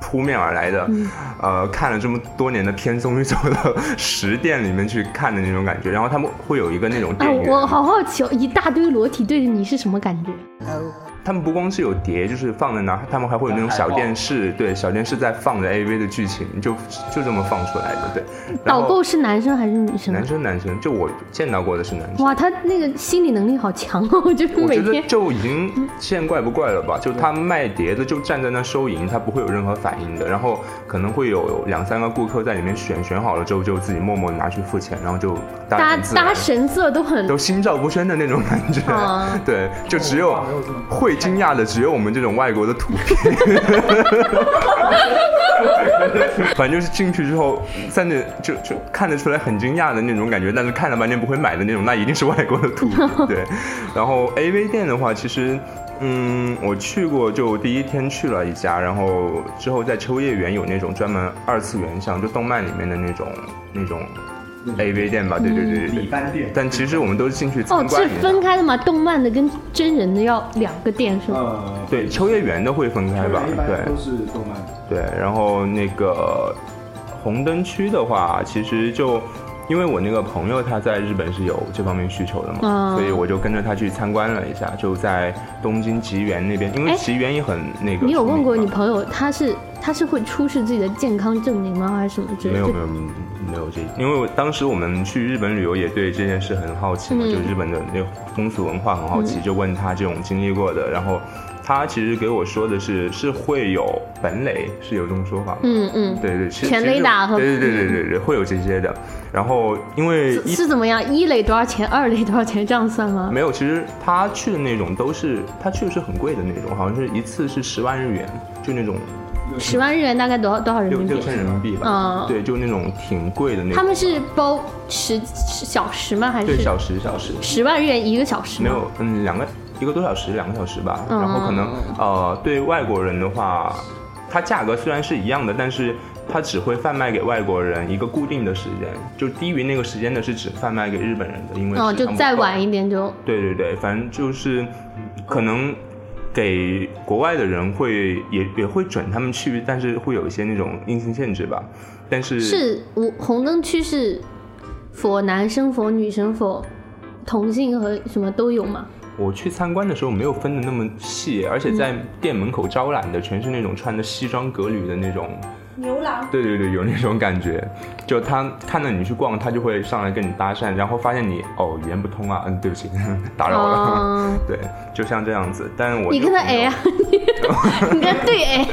[SPEAKER 4] 扑面而来的，
[SPEAKER 1] 嗯
[SPEAKER 4] 呃，看了这么多年的片，终于走到 *laughs* 实店里面去看的那种感觉。然后他们会有一个那种
[SPEAKER 1] 啊
[SPEAKER 4] 店，员，
[SPEAKER 1] 我好好奇哦，一大堆裸体对着你是什么感觉？
[SPEAKER 4] 他们不光是有碟，就是放在那儿，他们还会有那种小电视，对，小电视在放着 AV 的剧情，就就这么放出来的，对。然后
[SPEAKER 1] 导购是男生还是女生啊？
[SPEAKER 4] 男生男生，就我见到过的是男生，
[SPEAKER 1] 哇，他那个心理能力好强哦！ *laughs* 我觉得
[SPEAKER 4] 我
[SPEAKER 1] 每
[SPEAKER 4] 觉得
[SPEAKER 1] 天嗯
[SPEAKER 4] 就已经见怪不怪了吧，就他卖碟的就站在那收银，他不会有任何反应的，然后可能会有两三个顾客在里面选，选好了之后就自己默默拿去付钱，然后就大家
[SPEAKER 1] 大
[SPEAKER 4] 很
[SPEAKER 1] 家
[SPEAKER 4] 自
[SPEAKER 1] 大家
[SPEAKER 4] 然
[SPEAKER 1] 神色都很
[SPEAKER 4] 都心照不宣的那种感觉，
[SPEAKER 1] 啊
[SPEAKER 4] *laughs* 对，就只有会惊讶的只有我们这种外国的土鳖。 *laughs* 反正就是进去之后，在那就就看得出来很惊讶的那种感觉，但是看了半天不会买的那种，那一定是外国的土鳖。对，然后 AV 店的话，其实。嗯，我去过，就第一天去了一家，然后之后在秋叶原有那种专门二次元像，就动漫里面的那种那种 AV 店吧，对对对对对
[SPEAKER 6] 礼，班店，
[SPEAKER 4] 但其实我们都是进去
[SPEAKER 1] 哦
[SPEAKER 4] 参，观
[SPEAKER 1] 是
[SPEAKER 4] 一下。
[SPEAKER 1] 分开的嘛，动漫的跟真人的要两个店
[SPEAKER 4] 啊
[SPEAKER 1] 是吗？
[SPEAKER 6] 呃，
[SPEAKER 4] 对，秋叶原的会分开吧
[SPEAKER 6] 一？般都
[SPEAKER 4] 对
[SPEAKER 6] 是动漫。
[SPEAKER 4] 对，然后那个红灯区的话，其实就因为我那个朋友他在日本是有这方面需求的嘛，
[SPEAKER 1] 嗯
[SPEAKER 4] 所以我就跟着他去参观了一下，就在东京吉原那边，因为
[SPEAKER 1] 哎
[SPEAKER 4] 吉原也很那个出名嘛。
[SPEAKER 1] 你有问过你朋友他是他是会出示自己的健康证明吗，还是什么之类
[SPEAKER 4] 没
[SPEAKER 1] 的？
[SPEAKER 4] 有没有嗯没有这，因为我当时我们去日本旅游也对这件事很好奇嘛，
[SPEAKER 1] 嗯
[SPEAKER 4] 就日本的那个风俗文化很好奇，就问他这种经历过的，然后他其实给我说的是是会有本垒，是有这种说法吗？
[SPEAKER 1] 嗯嗯，
[SPEAKER 4] 对对，其实
[SPEAKER 1] 全
[SPEAKER 4] 其实
[SPEAKER 1] 垒打和嗯
[SPEAKER 4] 对对对对对对，会有这些的。然后因为
[SPEAKER 1] 是
[SPEAKER 4] 一
[SPEAKER 1] 是怎么样？一垒多少钱？二垒多少钱？这样算吗？
[SPEAKER 4] 没有，其实他去的那种都是他去的是很贵的那种，好像是一次是十万日元，就那种
[SPEAKER 1] 十万日元大概多少多少人
[SPEAKER 4] 六
[SPEAKER 1] 民
[SPEAKER 4] 六
[SPEAKER 1] 币？
[SPEAKER 4] 千人民币吧
[SPEAKER 1] 嗯，
[SPEAKER 4] 对，就那种挺贵的那种。
[SPEAKER 1] 他们是包时时小时吗？还
[SPEAKER 4] 对
[SPEAKER 1] 是
[SPEAKER 4] 小时小时。
[SPEAKER 1] 十万日元一个小时吗？
[SPEAKER 4] 没有，嗯，两个一个多小时，两个小时吧。
[SPEAKER 1] 嗯
[SPEAKER 4] 然后可能呃，对外国人的话，它价格虽然是一样的，但是它只会贩卖给外国人一个固定的时间，就低于那个时间的是只贩卖给日本人的，因为
[SPEAKER 1] 嗯，
[SPEAKER 4] 时
[SPEAKER 1] 就
[SPEAKER 4] 长不
[SPEAKER 1] 再
[SPEAKER 4] 够
[SPEAKER 1] 晚一点就
[SPEAKER 4] 对对对，反正就是可能给国外的人会也也会准他们去，但是会有一些那种硬性限制吧。但是
[SPEAKER 1] 是无红灯区是否男生否女生否同性和什么都有吗？
[SPEAKER 4] 我去参观的时候没有分的那么细，而且在
[SPEAKER 1] 嗯
[SPEAKER 4] 店门口招揽的全是那种穿着西装革履的那种
[SPEAKER 3] 牛郎，
[SPEAKER 4] 对对对，有那种感觉，就他看到你去逛，他就会上来跟你搭讪，然后发现你哦语言不通啊，嗯，对不起， *laughs* 打扰了，
[SPEAKER 1] 啊
[SPEAKER 4] *laughs* 对，就像这样子。但我
[SPEAKER 1] 你
[SPEAKER 4] 就
[SPEAKER 1] 跟他
[SPEAKER 4] 没
[SPEAKER 1] A
[SPEAKER 4] 有
[SPEAKER 1] 啊， *laughs* 你跟他对
[SPEAKER 4] *laughs*
[SPEAKER 1] A，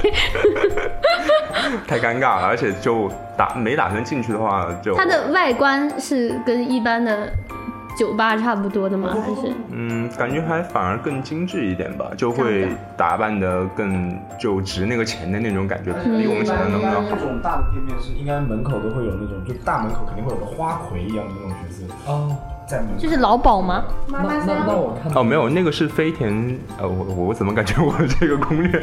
[SPEAKER 4] 太尴尬了，而且就打没打算进去的话就
[SPEAKER 1] 它的外观是跟一般的酒吧差不多的吗？还是
[SPEAKER 4] 嗯，感觉还反而更精致一点吧，就
[SPEAKER 1] 这
[SPEAKER 4] 会
[SPEAKER 1] 样子
[SPEAKER 4] 打扮的更就值那个钱的那种感觉，
[SPEAKER 1] 嗯
[SPEAKER 4] 比我们想象
[SPEAKER 1] 能
[SPEAKER 4] 中
[SPEAKER 1] 不
[SPEAKER 4] 的
[SPEAKER 1] 能
[SPEAKER 4] 好
[SPEAKER 7] 这。种大的店面是应该门口都会有那种，就大门口肯定会有个花魁一样的那种角色
[SPEAKER 2] 哦，
[SPEAKER 7] 在门口。
[SPEAKER 1] 就是劳保吗？
[SPEAKER 3] 妈
[SPEAKER 2] 那
[SPEAKER 3] 妈
[SPEAKER 2] 那那
[SPEAKER 3] 桑，
[SPEAKER 2] 我看
[SPEAKER 4] 哦，没有，那个是飞田，呃，我我怎么感觉我这个攻略，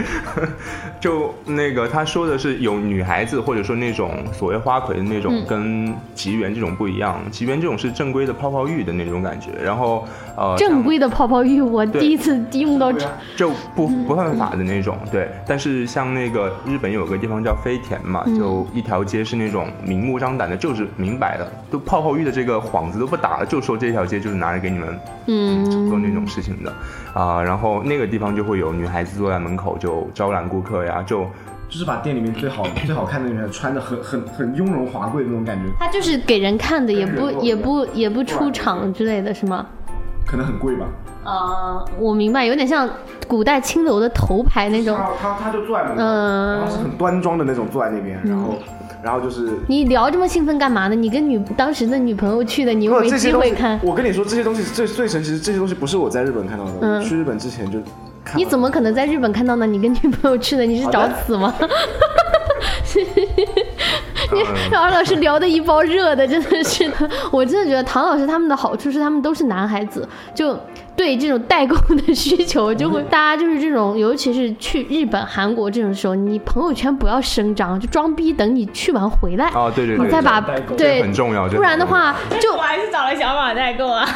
[SPEAKER 4] 就那个他说的是有女孩子或者说那种所谓花魁的那种，
[SPEAKER 1] 嗯
[SPEAKER 4] 跟吉原这种不一样，吉原这种是正规的泡泡浴的那种感觉，然后呃，
[SPEAKER 1] 正规的泡泡浴，我
[SPEAKER 4] 对
[SPEAKER 1] 第一次用到这。
[SPEAKER 4] 就不
[SPEAKER 1] 嗯
[SPEAKER 4] 不犯法的那种，对。但是像那个日本有个地方叫飞田嘛，
[SPEAKER 1] 嗯
[SPEAKER 4] 就一条街是那种明目张胆的，就是明摆的，都泡泡浴的这个幌子都不打了，就说这条街就是拿来给你们做那
[SPEAKER 1] 嗯，
[SPEAKER 4] 种事情的啊、然后那个地方就会有女孩子坐在门口就招揽顾客呀，就
[SPEAKER 7] 就是把店里面最 *coughs* 好最好看的女孩穿的很很很雍容华贵的那种感觉，
[SPEAKER 1] 它就是给人看的，也不
[SPEAKER 7] 跟人肉一样
[SPEAKER 1] 也不也不出场之类的是吗？
[SPEAKER 7] 可能很贵吧。
[SPEAKER 1] 啊，我明白，有点像古代青楼的头牌那种。
[SPEAKER 7] 他他他就坐在门口，
[SPEAKER 1] 嗯
[SPEAKER 7] 然后是很端庄的那种坐在那边，然后然后就是。
[SPEAKER 1] 你聊这么兴奋干嘛呢？你跟女当时的女朋友去的，你又
[SPEAKER 7] 不，
[SPEAKER 1] 没
[SPEAKER 7] 这些
[SPEAKER 1] 机
[SPEAKER 7] 东
[SPEAKER 1] 会
[SPEAKER 7] 西
[SPEAKER 1] 看，，
[SPEAKER 7] 我跟你说，这些东西最最神奇，是这些东西不是我在日本看到的。
[SPEAKER 1] 嗯
[SPEAKER 7] 我去日本之前就看到
[SPEAKER 1] 你怎么可能在日本看到呢？你跟女朋友去的，你是找死吗？ *laughs*
[SPEAKER 4] 嗯
[SPEAKER 1] 唐老师聊的一包热的，真的是，我真的觉得唐老师他们的好处是他们都是男孩子，就对这种代购的需求就
[SPEAKER 4] 嗯
[SPEAKER 1] 会，大家就是这种，尤其是去日本、韩国这种时候，你朋友圈不要声张，就装逼，等你去完回来，
[SPEAKER 4] 哦，对对对，
[SPEAKER 1] 你再把
[SPEAKER 4] 对这
[SPEAKER 1] 对
[SPEAKER 4] 很，重要，这
[SPEAKER 1] 不然的
[SPEAKER 4] 很重要。
[SPEAKER 1] 话就
[SPEAKER 8] 我还是找了小马代购啊。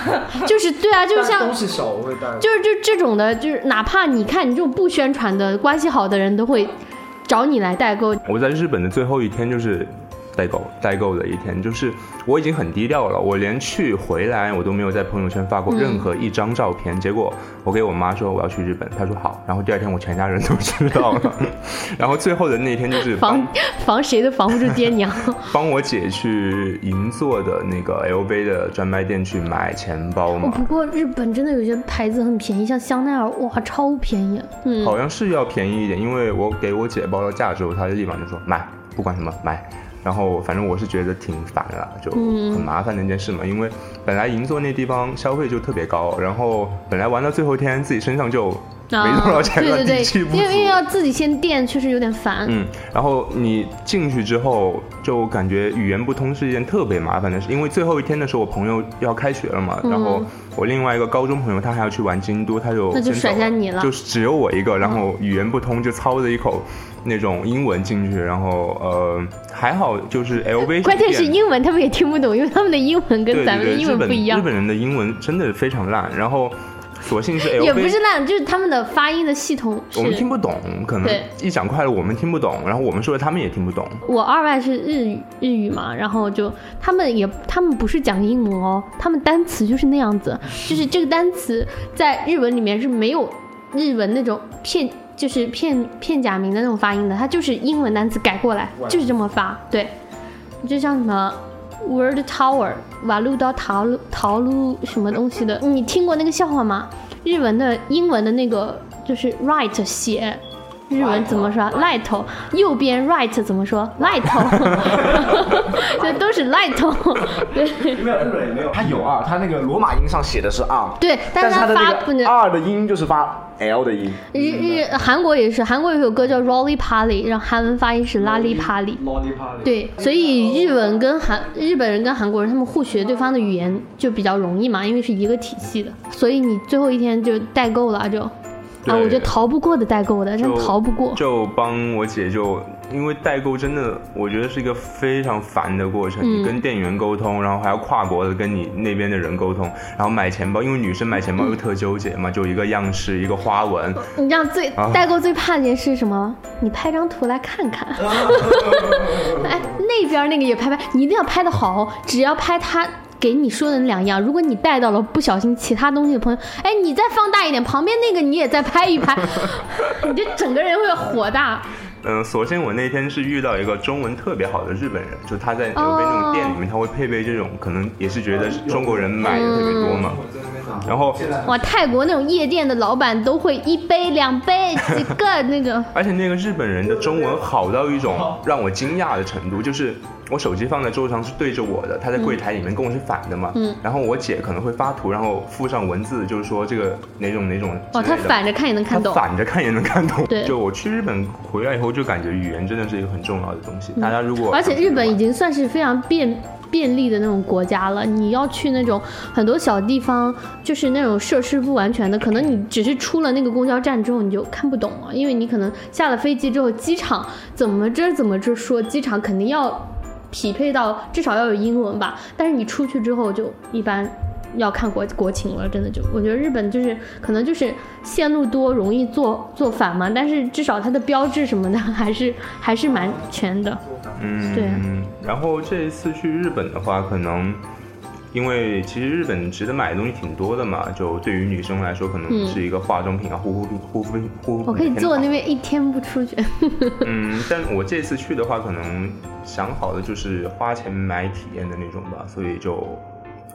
[SPEAKER 1] 就是对啊，就像
[SPEAKER 2] 东西少我会带。
[SPEAKER 1] 就是就这种的，就是哪怕你看你这种不宣传的关系好的人都会找你来代购，
[SPEAKER 4] 我在日本的最后一天就是代购，代购的一天，就是我已经很低调了，我连去回来我都没有在朋友圈发过
[SPEAKER 1] 嗯
[SPEAKER 4] 任何一张照片。结果我给我妈说我要去日本，她说好，然后第二天我全家人都知道了。然后最后的那一天就是帮
[SPEAKER 1] 防防谁都防不住爹
[SPEAKER 4] *laughs*
[SPEAKER 1] 娘。
[SPEAKER 4] 帮我姐去银座的那个 LV 的专卖店去买钱包
[SPEAKER 1] 哦，
[SPEAKER 4] 嘛
[SPEAKER 1] 不。过日本真的有些牌子很便宜，像香奈儿，哇，超便宜。嗯，
[SPEAKER 4] 好像是要便宜一点，因为我给我姐报了价之后，她就立马就说买，不管什么买。然后反正我是觉得挺烦了，就很麻烦的一件事嘛，因为本来银座那地方消费就特别高，然后本来玩到最后一天自己身上就没多少钱了，
[SPEAKER 1] 哦啊对对
[SPEAKER 4] 底气
[SPEAKER 1] 对，
[SPEAKER 4] 不足。
[SPEAKER 1] 因为因为要自己先垫，确实有点
[SPEAKER 4] *laughs*
[SPEAKER 1] 烦。
[SPEAKER 4] 嗯，然后你进去之后，就感觉语言不通是一件特别麻烦的事，因为最后一天的时候，我朋友要开学了
[SPEAKER 1] 嗯
[SPEAKER 4] 嘛，然后我另外一个高中朋友他还要去玩京都，他就
[SPEAKER 1] 那就
[SPEAKER 4] 先走
[SPEAKER 1] 甩下你了
[SPEAKER 4] 就只有我一个，然后语言不通就操着一口那种英文进去，然后呃还好就是
[SPEAKER 1] *laughs*
[SPEAKER 4] LV，
[SPEAKER 1] 关键是
[SPEAKER 4] 店
[SPEAKER 1] 英文他们也听不懂，因为他们的英文跟
[SPEAKER 4] 对
[SPEAKER 1] 咱们的
[SPEAKER 4] 对对
[SPEAKER 1] 英文
[SPEAKER 4] 日本
[SPEAKER 1] 不一样
[SPEAKER 4] 日，本人的英文真的非常烂，然后所幸是 LV
[SPEAKER 1] 也不是烂，就是他们的发音的系统是
[SPEAKER 4] 我。们听不懂，可能
[SPEAKER 1] 对
[SPEAKER 4] 一讲快了我们听不懂，然后我们说的他们也听不懂。
[SPEAKER 1] 我二外是日语日语嘛，然后就他们也他们不是讲英文哦，他们单词就是那样子，就是这个单词在日文里面是没有日文那种片就是片片假名的那种发音的，它就是英文单词改过来就是这么发，对，就像什么。Word Tower 瓦路刀陶路陶路什么东西的，你听过那个笑话吗？日文的英文的那个就是 right 写，日文怎么说？light，右边 right 怎么说？light，这都是 light，对
[SPEAKER 7] 没有日本也没有，它有二，它那个罗马音上写的是二，
[SPEAKER 1] 对，但
[SPEAKER 7] 但
[SPEAKER 1] 是
[SPEAKER 7] 是
[SPEAKER 1] 它
[SPEAKER 7] 它的
[SPEAKER 1] 发
[SPEAKER 7] 那
[SPEAKER 1] 不能
[SPEAKER 7] 个。啊二的音就是发 L 的音。
[SPEAKER 1] 日日韩国也是，韩国有首歌叫 Rolly Polly，然后韩文发音是拉
[SPEAKER 7] 嗯
[SPEAKER 1] 力帕里。对，所以日文跟韩日本人跟韩国人他们互学对方的语言就比较容易嘛，因为是一个体系的，所以你最后一天就代购了就。啊，
[SPEAKER 4] 对
[SPEAKER 1] 我就逃不过的代购的，真 *laughs*
[SPEAKER 4] 就
[SPEAKER 1] 逃不过。
[SPEAKER 4] 就帮我姐就因为代购真的，我觉得是一个非常烦的过程。你跟店员沟通，然后还要跨国的跟你那边的人沟通，然后买钱包，因为女生买钱包又特纠结嘛，就一个样式，一个花纹，
[SPEAKER 1] 你知道最
[SPEAKER 4] 啊
[SPEAKER 1] 代购最怕的件事是什么吗？你拍张图来看看。哎，那边那个也拍拍，你一定要拍的好，只要拍他给你说的那两样。如果你带到了不小心其他东西的朋友，哎，你再放大一点，旁边那个你也再拍一拍，你这整个人会火大。
[SPEAKER 4] 嗯，首先我那天是遇到一个中文特别好的日本人，就他在纽贝那种店里面，他会配备这种，可能也是觉得中国人买的特别多嘛。
[SPEAKER 2] 嗯
[SPEAKER 4] 然后，
[SPEAKER 1] 哇，泰国那种夜店的老板都会一杯、两杯、几个那种。
[SPEAKER 4] 而且那个日本人的中文好到一种让我惊讶的程度，就是我手机放在桌上是对着我的，他在柜台里面跟我是反的嘛。
[SPEAKER 1] 嗯
[SPEAKER 4] 然后我姐可能会发图，然后附上文字，就是说这个哪种哪种之
[SPEAKER 1] 哦，
[SPEAKER 4] 类
[SPEAKER 1] 他
[SPEAKER 4] 的
[SPEAKER 1] 反着看也能看懂
[SPEAKER 4] 他。反着看也能看懂。
[SPEAKER 1] 对
[SPEAKER 4] 就我去日本回来以后，就感觉语言真的是一个很重要的东西。大家如果
[SPEAKER 1] 嗯而且日本已
[SPEAKER 4] 经
[SPEAKER 1] 经算是非常便便利的那种国家了。你要去那种很多小地方，就是那种设施不完全的，可能你只是出了那个公交站之后你就看不懂了，因为你可能下了飞机之后，机场怎么着怎么着说，机场肯定要匹配到至少要有英文吧。但是你出去之后就一般。要看国国情了，真的就我觉得日本就是可能就是线路多，容易做做反嘛，但是至少它的标志什么的还是 *laughs* 还是蛮全的。
[SPEAKER 4] 嗯
[SPEAKER 1] 对啊
[SPEAKER 4] 然后这一次去日本的话，可能因为其实日本值得买的东西挺多的嘛，就对于女生来说，可能
[SPEAKER 1] 嗯
[SPEAKER 4] 是一个化妆品啊、护肤品、护肤品、护肤品。
[SPEAKER 1] 我可以坐那。边一天不出去。
[SPEAKER 4] 嗯，但我这次去的话，可能想好的就是花钱买体验的那种吧，所以就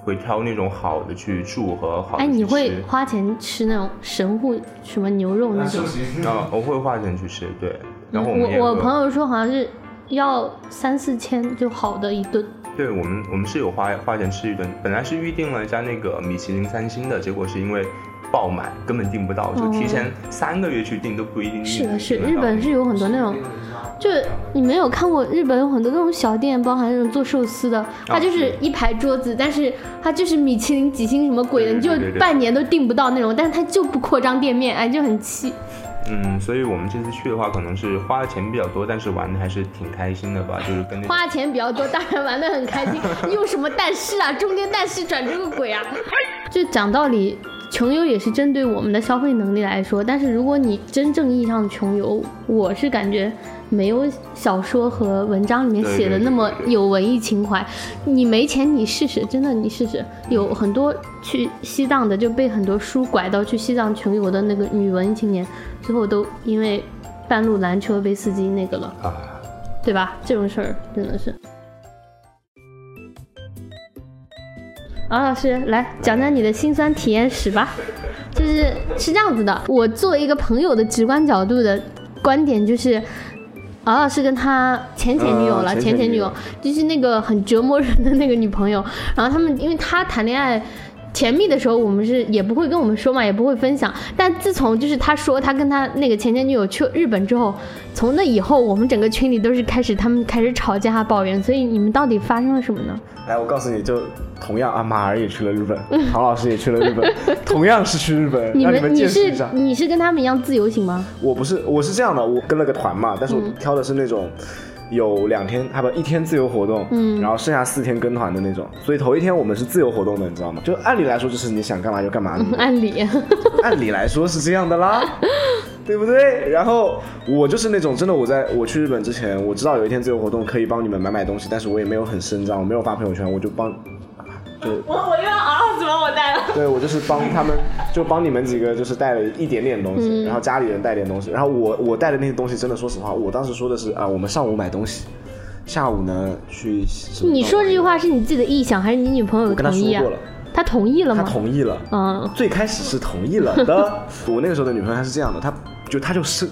[SPEAKER 4] 会挑那种好的去住和好的
[SPEAKER 1] 哎，
[SPEAKER 4] 去
[SPEAKER 1] 你会
[SPEAKER 4] 吃
[SPEAKER 1] 花钱吃那种神户什么牛肉那种？
[SPEAKER 7] 哦
[SPEAKER 4] 啊，我会花钱去吃，对。然后我们也有
[SPEAKER 1] 嗯我我
[SPEAKER 4] 个
[SPEAKER 1] 朋友说好像是要三四千就好的一顿。
[SPEAKER 4] 对我们，我们是有花花钱吃一顿，本来是预定了一家那个米其林三星的，结果是因为爆满，根本订不到，就
[SPEAKER 1] 哦
[SPEAKER 4] 提前三个月去订都不一定订
[SPEAKER 1] 是的，是
[SPEAKER 4] 订得
[SPEAKER 1] 日
[SPEAKER 4] 到
[SPEAKER 1] 本是有很多那种，就是你没有看过日本有很多那种小店，包含那种做寿司的，它就是
[SPEAKER 4] 啊是
[SPEAKER 1] 一排桌子，但是它就是米其林几星什么鬼的，
[SPEAKER 4] 对
[SPEAKER 1] 你就
[SPEAKER 4] 对对对
[SPEAKER 1] 半年都订不到那种，但是它就不扩张店面，哎，就很气。
[SPEAKER 4] 嗯，所以我们这次去的话，可能是花的钱比较多，但是玩的还是挺开心的吧，就是跟那
[SPEAKER 1] 花钱比较多，当然玩的很开
[SPEAKER 4] *laughs*
[SPEAKER 1] 心。你有什么但是啊？中间但是转这个鬼啊！就讲道理，穷游也是针对我们的消费能力来说，但是如果你真正意义上的穷游，我是感觉没有小说和文章里面
[SPEAKER 4] 对
[SPEAKER 1] 写的
[SPEAKER 4] 对
[SPEAKER 1] 那么
[SPEAKER 4] 对对对
[SPEAKER 1] 有文艺情怀。你没钱，你试试，真的你试试。有很多去西藏的就被很多书拐到去西藏穷游的那个女文艺青年，最后都因为半路拦车被司机那个了。
[SPEAKER 4] 啊，
[SPEAKER 1] 对吧？这种事儿真的是。敖老师，啊来讲讲你的辛酸体验史吧。就是是这样子的，我作为一个朋友的直观角度的观点就是。敖老师跟他前前女友了，
[SPEAKER 4] 呃前
[SPEAKER 1] 啊前
[SPEAKER 4] 前
[SPEAKER 1] 前女
[SPEAKER 4] 女
[SPEAKER 1] 友
[SPEAKER 4] 友
[SPEAKER 1] 就是那个很折磨人的那个女朋友。然后他们因为他谈恋爱甜蜜的时候，我们是也不会跟我们说嘛，也不会分享。但自从就是他说他跟他那个前前女友去日本之后，从那以后，我们整个群里都是开始他们开始吵架抱怨。所以你们到底发生了什么呢？
[SPEAKER 7] 来，我告诉你就同样啊，马儿也去了
[SPEAKER 1] *laughs*
[SPEAKER 7] 日本，唐老师也去了日本，同样是去日本，
[SPEAKER 1] 你
[SPEAKER 7] 让你
[SPEAKER 1] 你
[SPEAKER 7] 见识
[SPEAKER 1] 是
[SPEAKER 7] 一下。
[SPEAKER 1] 你是跟他们一样自由行吗？
[SPEAKER 7] 我不是，我是这样的，我跟了个团嘛，但是我挑的是那种有两天，还不一天自由活动，嗯，然后剩下四天跟团的那种。所以头一天我们是自由活动的，你知道吗？就按理来说，就是你想干嘛就干嘛，你
[SPEAKER 1] 按理， *laughs*
[SPEAKER 7] 按理来说是这样的
[SPEAKER 8] *laughs*
[SPEAKER 7] 啦，对不对？然后我就是那种真的，我在我去日本之前，我知道有一天自由活动可以帮你们买买东西，但是我也没有很声张，我没有发朋友圈，我就帮，就
[SPEAKER 8] 我我又要嗷，怎么我带了？
[SPEAKER 7] 对我就是帮他们，就帮你们几个就是带了一点点东西，
[SPEAKER 8] 嗯
[SPEAKER 7] 然后家里人带点东西，然后我我带的那些东西，真的说实话，我当时说的是啊、我们上午买东西，下午呢去什么
[SPEAKER 1] 你说这句话是你自己的臆想，还是你女朋友
[SPEAKER 7] 我跟他
[SPEAKER 1] 同意啊
[SPEAKER 7] 说过了？
[SPEAKER 1] 他同意了
[SPEAKER 7] 他
[SPEAKER 1] 吗？
[SPEAKER 7] 同意了，
[SPEAKER 1] 嗯，
[SPEAKER 7] 最开始是同意了的。 *laughs* 我那个时候的女朋友她是这样的，她就她就是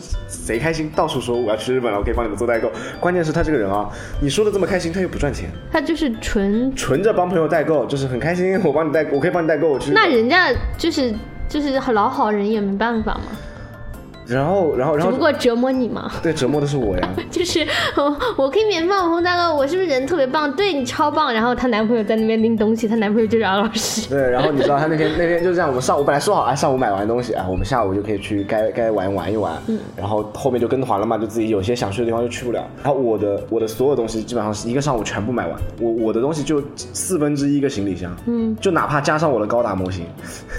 [SPEAKER 7] 贼开心，到处说我要去日本了，我可以帮你们做代购。关键是她这个人啊，你说的这么开心，她又不赚钱，
[SPEAKER 1] 他就是纯，
[SPEAKER 7] 纯着帮朋友代购，就是很开心，我帮你代，我可以帮你代购，我去日本。
[SPEAKER 1] 那人家就是就是老好人也没办法嘛。
[SPEAKER 7] 然后然后然
[SPEAKER 1] 只
[SPEAKER 7] 后
[SPEAKER 1] 不过折磨你嘛。 *laughs*
[SPEAKER 7] 对折磨的是我呀，
[SPEAKER 1] 就是哦，我可以免费网红大哥，我是不是人特别棒？对你超棒。然后她男朋友在那边拎东西，她男朋友就是姚老
[SPEAKER 7] *laughs*
[SPEAKER 1] 师。
[SPEAKER 7] 对，然后你知道他那天那天就这样，我们上午本来说好，哎，上午买完东西啊，我们下午就可以去该该玩玩一玩，然后后面就跟团了嘛，就自己有些想去的地方就去不了。然后我的我的所有东西基本上是一个上午全部买完，我我的东西就四分之一个行李箱，嗯，就哪怕加上我的高达模型，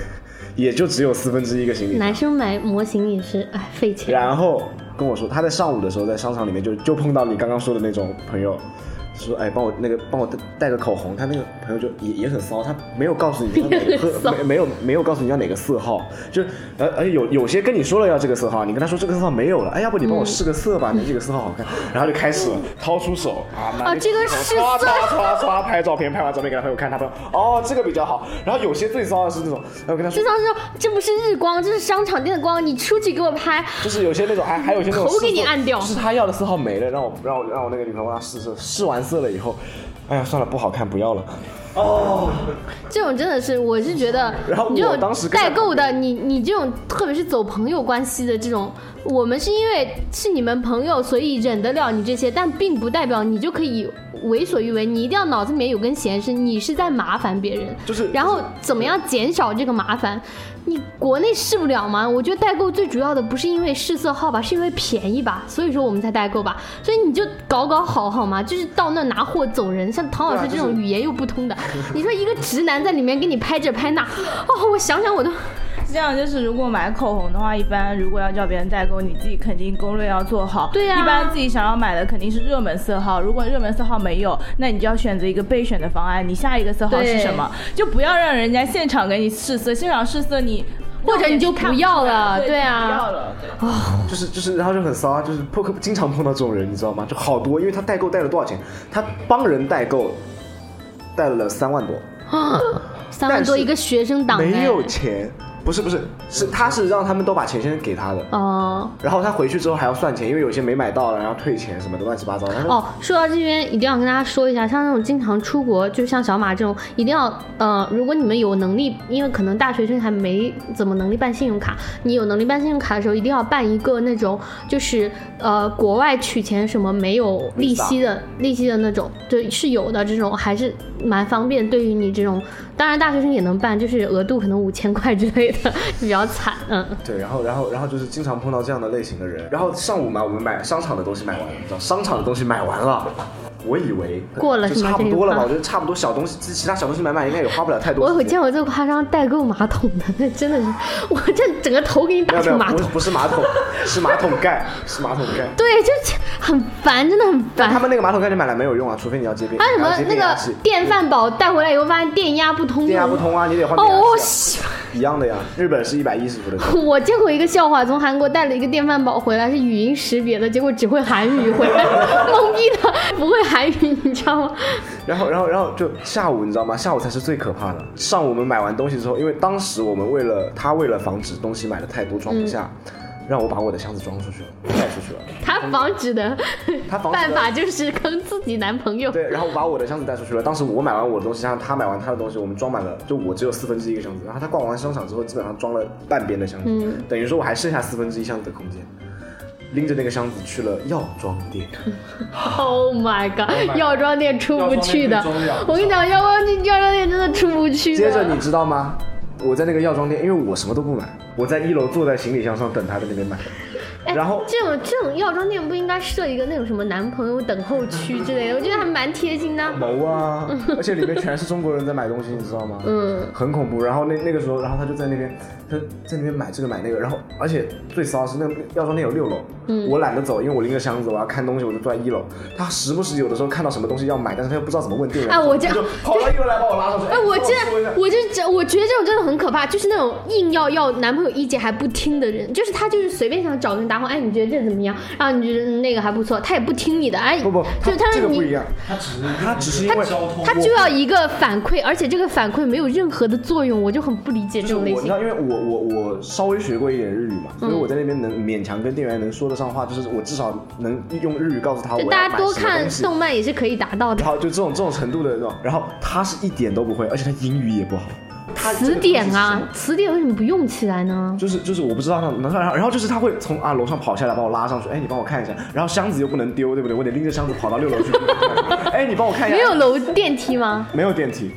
[SPEAKER 7] *laughs* 也就只有四分之一个行李箱
[SPEAKER 1] 男。生买模型也是哎费钱，
[SPEAKER 7] 然后跟我说，他在上午的时候在商场里面就就碰到你刚刚说的那种朋友，说哎帮我那个帮我带带个口红，他那个朋友就也也很骚，他没有告诉你要哪个
[SPEAKER 1] *laughs*
[SPEAKER 7] 色，没没有没有告诉你要哪个色号，就是而而且有有些跟你说了要这个色号，你跟他说这个色号没有了，哎要不你帮我试个色吧，哪几个色号好看， *laughs* 然后就开始了掏出手啊拿
[SPEAKER 1] 啊
[SPEAKER 7] 那
[SPEAKER 1] 这个
[SPEAKER 7] 手
[SPEAKER 1] 是
[SPEAKER 7] *laughs* 唰
[SPEAKER 1] 色
[SPEAKER 7] 唰唰唰拍照片，拍完照片给他朋友看，他朋友哦这个比较好，然后有些最骚的是那种，然后跟他说
[SPEAKER 1] 就。像是说这不是日光，这是商场店的光，你出去给我拍。
[SPEAKER 7] 就是有些那种，还还有一些那种
[SPEAKER 1] 头给你
[SPEAKER 7] 试色
[SPEAKER 1] 按掉
[SPEAKER 7] 就是他要的色号没了，让我让我让我那个女朋友帮他试色，试完色了以后，哎呀算了，不好看，不要了。
[SPEAKER 1] 这种真的是，我是觉得
[SPEAKER 7] 然后
[SPEAKER 1] 你这
[SPEAKER 7] 我当
[SPEAKER 1] 种
[SPEAKER 7] 时跟他
[SPEAKER 1] 代购的，你你这种特别是走朋友关系的这种，我们是因为是你们朋友，所以忍得了你这些，但并不代表你就可以为所欲为，你一定要脑子里面有根弦是你是在麻烦别人，
[SPEAKER 7] 就是
[SPEAKER 1] 然后怎么样减少这个麻烦。你国内试不了吗？我觉得代购最主要的不是因为试色号吧，是因为便宜吧，所以说我们才代购吧。所以你就搞搞好好吗？就是到那拿货走人，像唐老师这
[SPEAKER 7] 啊
[SPEAKER 1] 种语言又不通的，你说一个直男在里面给你拍这拍那，哦，我想想我都
[SPEAKER 8] 是这样，就是如果买口红的话，一般如果要叫别人代购，你自己肯定攻略要做好。
[SPEAKER 1] 对啊
[SPEAKER 8] 一般自己想要买的肯定是热门色号，如果热门色号没有，那你就要选择一个备选的方案，你下一个色号
[SPEAKER 1] 对
[SPEAKER 8] 是什么？就不要让人家现场给你试色，现场试色你
[SPEAKER 1] 或者你就
[SPEAKER 8] 看
[SPEAKER 1] 不要了
[SPEAKER 8] 出来
[SPEAKER 1] 对啊
[SPEAKER 8] 不要了，对
[SPEAKER 7] 就是就是，然后就很骚啊，就是破克经常碰到这种人，你知道吗？就好多，因为他代购带了多少钱？他帮人代购带了三万多，
[SPEAKER 1] 三万多一个学生党、哎，
[SPEAKER 7] 没有钱，不是不是，是他是让他们都把钱先给他的。
[SPEAKER 1] 哦、
[SPEAKER 7] 然后他回去之后还要算钱，因为有些没买到了，然后退钱什么的，乱七八糟。然后
[SPEAKER 1] 哦，说到这边一定要跟大家说一下，像那种经常出国，就像小马这种，一定要呃，如果你们有能力，因为可能大学生还没怎么能力办信用卡，你有能力办信用卡的时候，一定要办一个那种就是呃国外取钱什么没有利息的利息的那种，对，是有的这种还是蛮方便，对于你这种，当然大学生也能办，就是额度可能五千块之类的， *laughs* 比较惨，嗯。
[SPEAKER 7] 对，然后然后然后就是经常碰到这样的类型的人。然后上午嘛，我们买商场的东西买完了，你知道，商场的东西买完了。我以为
[SPEAKER 1] 过了
[SPEAKER 7] 就是
[SPEAKER 1] 吗
[SPEAKER 7] 差不多了吧，
[SPEAKER 1] 这一趴
[SPEAKER 7] 我觉得差不多小东西，其其他小东西买买应该也花不了太多
[SPEAKER 1] 我
[SPEAKER 7] 时间。
[SPEAKER 1] 有见过最夸张代购马桶的，那真的是，我这整个头给你
[SPEAKER 7] 没
[SPEAKER 1] 打
[SPEAKER 7] 有没
[SPEAKER 1] 成
[SPEAKER 7] 有，
[SPEAKER 1] 马
[SPEAKER 7] 不
[SPEAKER 1] 桶
[SPEAKER 7] 是。不是马桶，是马桶盖，是马桶盖。
[SPEAKER 1] 对，就是很烦，真的很
[SPEAKER 7] 但他
[SPEAKER 1] 烦。
[SPEAKER 7] 们那个马桶盖你买来没有用啊，除非你要接变，
[SPEAKER 1] 还有什么
[SPEAKER 7] 你要接
[SPEAKER 1] 那
[SPEAKER 7] 变压
[SPEAKER 1] 个
[SPEAKER 7] 器，
[SPEAKER 1] 电饭煲带回来以后，发现电压不通用，
[SPEAKER 7] 电压不通啊，你得换
[SPEAKER 1] 哦，
[SPEAKER 7] 变
[SPEAKER 1] 我
[SPEAKER 7] 压器
[SPEAKER 1] 喜
[SPEAKER 7] 啊、一样的呀。日本是一百一十伏的，
[SPEAKER 1] 我见过一个笑话，从韩国带了一个电饭煲回来，是语音识别的，结果只会韩语，回来懵逼的，不会韩语，你知道吗？
[SPEAKER 7] 然后，然后，然后就下午，你知道吗？下午才是最可怕的。上午我们买完东西之后，因为当时我们为了他为了防止东西买的太多装不下，让我把我的箱子装出去了，带出去了。
[SPEAKER 1] 她防止的
[SPEAKER 7] 她防止
[SPEAKER 1] 办
[SPEAKER 7] 的
[SPEAKER 1] 法就是坑自己男朋友。
[SPEAKER 7] 对，然后我把我的箱子带出去了。当时我买完我的东西，加上他买完他的东西，我们装满了，就我只有四分之一个箱子。然后他逛完商场之后，基本上装了半边的箱子， *laughs* 等于说我还剩下四分之一箱子的空间。拎着那个箱子去了药妆店，
[SPEAKER 1] Oh my god，药妆店出不去的
[SPEAKER 2] 药妆店最重要，
[SPEAKER 1] 我跟你讲，药妆店药妆店真的出不去的。
[SPEAKER 7] 接着你知道吗？我在那个药妆店，因为我什么都不买，我在一楼坐在行李箱上等他在那边买。
[SPEAKER 1] 哎
[SPEAKER 7] 然后
[SPEAKER 1] 这种这种药妆店不应该设一个那种什么男朋友等候区之类的，我觉得还蛮贴心的。
[SPEAKER 7] 毛啊，而且里面全是中国人在买东西，你知道吗？
[SPEAKER 1] 嗯，
[SPEAKER 7] 很恐怖。然后那那个时候，然后他就在那边，他在那边买这个买那个，然后而且最骚的是那个药妆店有六楼，嗯，我懒得走，因为我拎着箱子，我要看东西，我就坐在一楼。他时不时有的时候看到什么东西要买，但是他又不知道怎么问店员，
[SPEAKER 1] 哎我这
[SPEAKER 7] 他就跑到一楼来把我拉上去。
[SPEAKER 1] 哎，我
[SPEAKER 7] 帮
[SPEAKER 1] 真
[SPEAKER 7] 说一下
[SPEAKER 1] 我就是这，我觉得这种真的很可怕，就是那种硬要要男朋友意见还不听的人，就是他就是随便想找个人搭话，哎，你觉得这怎么样？然后你觉得嗯那个还不错，他也不听你的，哎，
[SPEAKER 7] 不不，
[SPEAKER 1] 就是
[SPEAKER 7] 他
[SPEAKER 1] 他
[SPEAKER 7] 这个
[SPEAKER 1] 让
[SPEAKER 7] 不一
[SPEAKER 1] 你。
[SPEAKER 7] 样，
[SPEAKER 2] 他只是
[SPEAKER 7] 他只是因为
[SPEAKER 2] 交通
[SPEAKER 1] 他就要一个反馈，而且这个反馈没有任何的作用，我就很不理解这
[SPEAKER 7] 就是
[SPEAKER 1] 种
[SPEAKER 7] 我，
[SPEAKER 1] 类
[SPEAKER 7] 你知
[SPEAKER 1] 型。
[SPEAKER 7] 道，因为我我我稍微学过一点日语嘛，所以我在那边能勉强跟店员能说得上话，就是我至少能用日语告诉他我
[SPEAKER 1] 就
[SPEAKER 7] 要
[SPEAKER 1] 大家
[SPEAKER 7] 买什
[SPEAKER 1] 多
[SPEAKER 7] 么
[SPEAKER 1] 看
[SPEAKER 7] 东西
[SPEAKER 1] 动漫也是可以达到的
[SPEAKER 7] 然。后就这种这种程度的那种，然后他是一点都不会，而且他英语也不好。它
[SPEAKER 1] 词典啊，词典为什么不用起来呢？
[SPEAKER 7] 就是就是我不知道他，然后然后就是他会从啊楼上跑下来把我拉上去，哎你帮我看一下，然后箱子又不能丢，对不对？我得拎着箱子跑到六楼去，哎你帮我看一
[SPEAKER 1] *laughs*
[SPEAKER 7] 下，
[SPEAKER 1] 没有楼电梯吗？
[SPEAKER 7] *laughs* 没有电梯，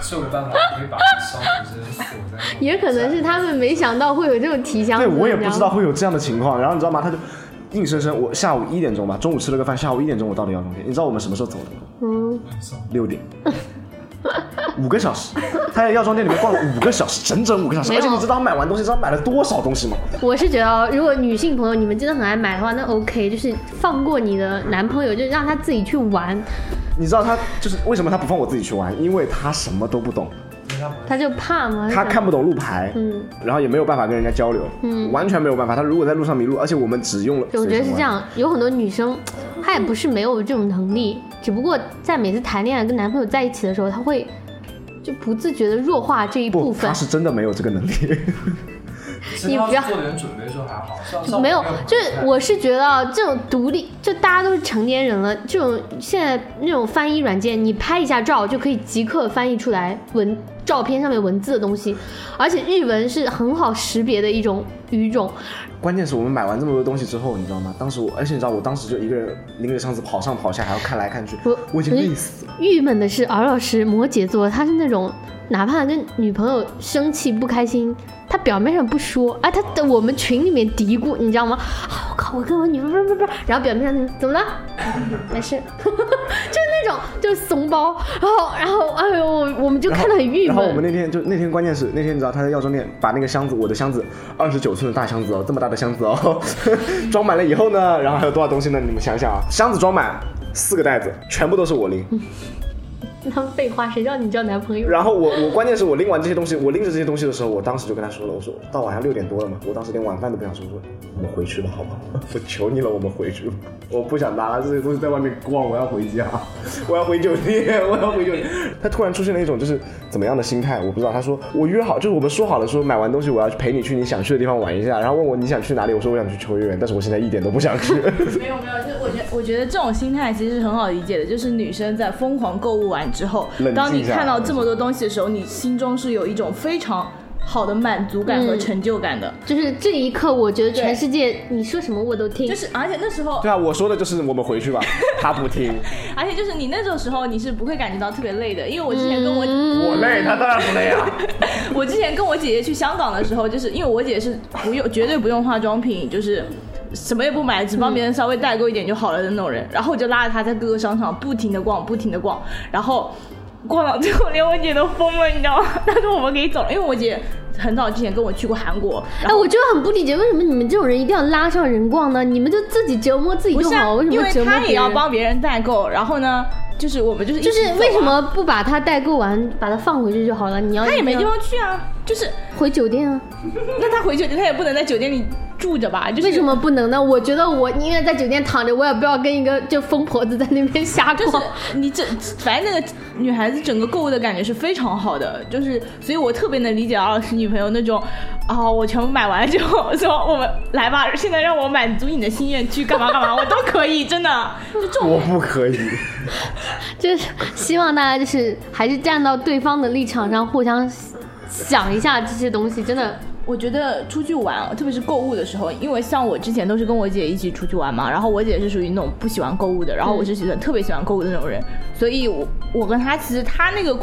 [SPEAKER 2] 是有办法可以把烧纸先锁在那里。
[SPEAKER 1] 也可能是他们没想到会有这种提箱子
[SPEAKER 7] 对我也不知道。
[SPEAKER 1] 你
[SPEAKER 7] 会有这样的情况，然后你知道吗？他就硬生生我下午一点钟吧，中午吃了个饭，下午一点钟我到李耀中天，你知道我们什么时候走的吗？
[SPEAKER 1] 嗯 *laughs*
[SPEAKER 7] 六点。五个小时，他在药妆店里面逛了五个小时，整整五个小时。
[SPEAKER 1] 没
[SPEAKER 7] 而
[SPEAKER 1] 有
[SPEAKER 7] 且你知道他买完东西，知道他买了多少东西吗？
[SPEAKER 1] 知道吗我是觉得，哦如果女性朋友你们真的很爱买的话，那 OK，就是放过你的男朋友，就让他自己去玩，
[SPEAKER 7] 你知道他就是为什么他不放我自己去玩？因为他什么都不懂，
[SPEAKER 1] 他就怕嘛。
[SPEAKER 7] 他
[SPEAKER 1] 想
[SPEAKER 7] 看不懂路牌，
[SPEAKER 1] 哎嗯，
[SPEAKER 7] 然后也没有办法跟人家交流，嗯，完全没有办法。他如果在路上迷路，而且我们只用了，
[SPEAKER 1] 我觉得是这。样，有很多女生，她也不是没有这种能力，只不过在每次谈恋爱跟男朋友在一起的时候，她会就不自觉的弱化这一部
[SPEAKER 7] 不，
[SPEAKER 1] 分
[SPEAKER 7] 他。是真的没有这个能力。 *laughs*
[SPEAKER 1] 你不要
[SPEAKER 2] 做点准备就还好，像像
[SPEAKER 1] 没有
[SPEAKER 2] 我朋友，
[SPEAKER 1] 就是我是觉得啊这种独立，就大家都是成年人了，这种现在那种翻译软件，你拍一下照就可以即刻翻译出来文照片上面文字的东西，而且日文是很好识别的一种语种，
[SPEAKER 7] 关键是我们买完这么多东西之后，你知道吗？当时我，而且你知道，我当时就一个人拎着箱子跑上跑下，还要看来看去，
[SPEAKER 1] 我
[SPEAKER 7] 我已经
[SPEAKER 1] 我就
[SPEAKER 7] 累死了。
[SPEAKER 1] 郁闷的是，敖老师摩羯座，他是那种哪怕跟女朋友生气不开心，他表面上不说，哎，他在我们群里面嘀咕，你知道吗？啊，我靠，我跟我女朋友不是不是不是，然后表面上就是怎么了？没事， *laughs* 就是那种就是怂包，然后然后哎呦，我们就看得很郁
[SPEAKER 7] 然后我们
[SPEAKER 1] 闷。
[SPEAKER 7] 那天就那天关键是那天你知道他在药妆店把那个箱子，我的箱子二十九寸的大箱子哦，这么大的箱子哦， *laughs* 装满了以后呢，然后还有多少东西呢？你们想想啊，箱子装满四个袋子，全部都是我拎。
[SPEAKER 1] 他们废话，谁让你交男朋友？
[SPEAKER 7] 然后我我关键是我拎完这些东西，我拎着这些东西的时候，我当时就跟他说了，我说到晚上六点多了嘛，我当时连晚饭都不想吃，我说我们回去吧，好吗？我求你了，我们回去吧，我不想拿这些东西在外面逛，我要回家，我要回酒店，我要回酒店。他突然出现了一种就是怎么样的心态，我不知道。他说我约好，就是我们说好了，说买完东西我要去陪你去你想去的地方玩一下，然后问我你想去哪里，我说我想去秋叶原，但是我现在一点都不想去。
[SPEAKER 8] *laughs* 没有没有，就我觉我觉得这种心态其实是很好理解的，就是女生在疯狂购物完之后
[SPEAKER 7] 冷静一，下
[SPEAKER 8] 当你看到这么多东西的时候，你心中是有一种非常好的满足感和
[SPEAKER 1] 嗯
[SPEAKER 8] 成就感的。
[SPEAKER 1] 就是这一刻，我觉得全
[SPEAKER 8] 对
[SPEAKER 1] 世界你说什么我都听。
[SPEAKER 8] 就是，而且那时候
[SPEAKER 7] 对，啊，我说的就是我们回去吧，他不听，
[SPEAKER 8] 而且就是你那种时候，你是不会感觉到特别累的，因为我之前跟我、
[SPEAKER 1] 嗯
[SPEAKER 7] 我累，他当然不累啊。
[SPEAKER 8] *laughs* 我之前跟我姐姐去香港的时候，就是因为我姐是不用绝对不用化妆品，就是什么也不买，只帮别人稍微代购一点就好了的那种人。然后我就拉着她在各个商场不停的逛，不停的逛，然后逛到最后连我姐都疯了，你知道吗？ *laughs* 她说我们可以走了，因为我姐很早之前跟我去过韩国，然
[SPEAKER 1] 哎，
[SPEAKER 8] 后。
[SPEAKER 1] 我就很不理解，为什么你们这种人一定要拉上人逛呢？你们就自己折磨自己
[SPEAKER 8] 不、
[SPEAKER 1] 就是
[SPEAKER 8] 啊
[SPEAKER 1] 哎好，，为什
[SPEAKER 8] 因
[SPEAKER 1] 么
[SPEAKER 8] 为
[SPEAKER 1] 折磨别人？
[SPEAKER 8] 她也要帮别人代购，然后呢，就是我们就是一
[SPEAKER 1] 就
[SPEAKER 8] 起
[SPEAKER 1] 是
[SPEAKER 8] 走
[SPEAKER 1] 为什
[SPEAKER 8] 啊
[SPEAKER 1] 么不把它代购完，把它放回去就好了？你要
[SPEAKER 8] 她也没地
[SPEAKER 1] 一定要
[SPEAKER 8] 方去啊？就是
[SPEAKER 1] 回酒店啊？
[SPEAKER 8] 那她回酒店，她也不能在酒店里住着吧？就是
[SPEAKER 1] 为什么不能呢？我觉得我宁愿在酒店躺着，我也不要跟一个就疯婆子在那边瞎
[SPEAKER 8] 就是
[SPEAKER 1] 逛。
[SPEAKER 8] 你整，反正那个女孩子整个购物的感觉是非常好的，就是，所以我特别能理解敖老师女朋友那种，啊、我全部买完了之后说我们来吧，现在让我满足你的心愿，去干嘛干嘛，我都可以，真的，就这种
[SPEAKER 7] 我不可以。
[SPEAKER 1] 就是、希望大家就是还是站到对方的立场上，互相想一下这些东西，真的。
[SPEAKER 8] 我觉得出去玩，特别是购物的时候，因为像我之前都是跟我姐一起出去玩嘛，然后我姐是属于那种不喜欢购物的，
[SPEAKER 1] 嗯
[SPEAKER 8] 然后我是喜欢、特别喜欢购物的那种人，所以我我跟她其实她那个。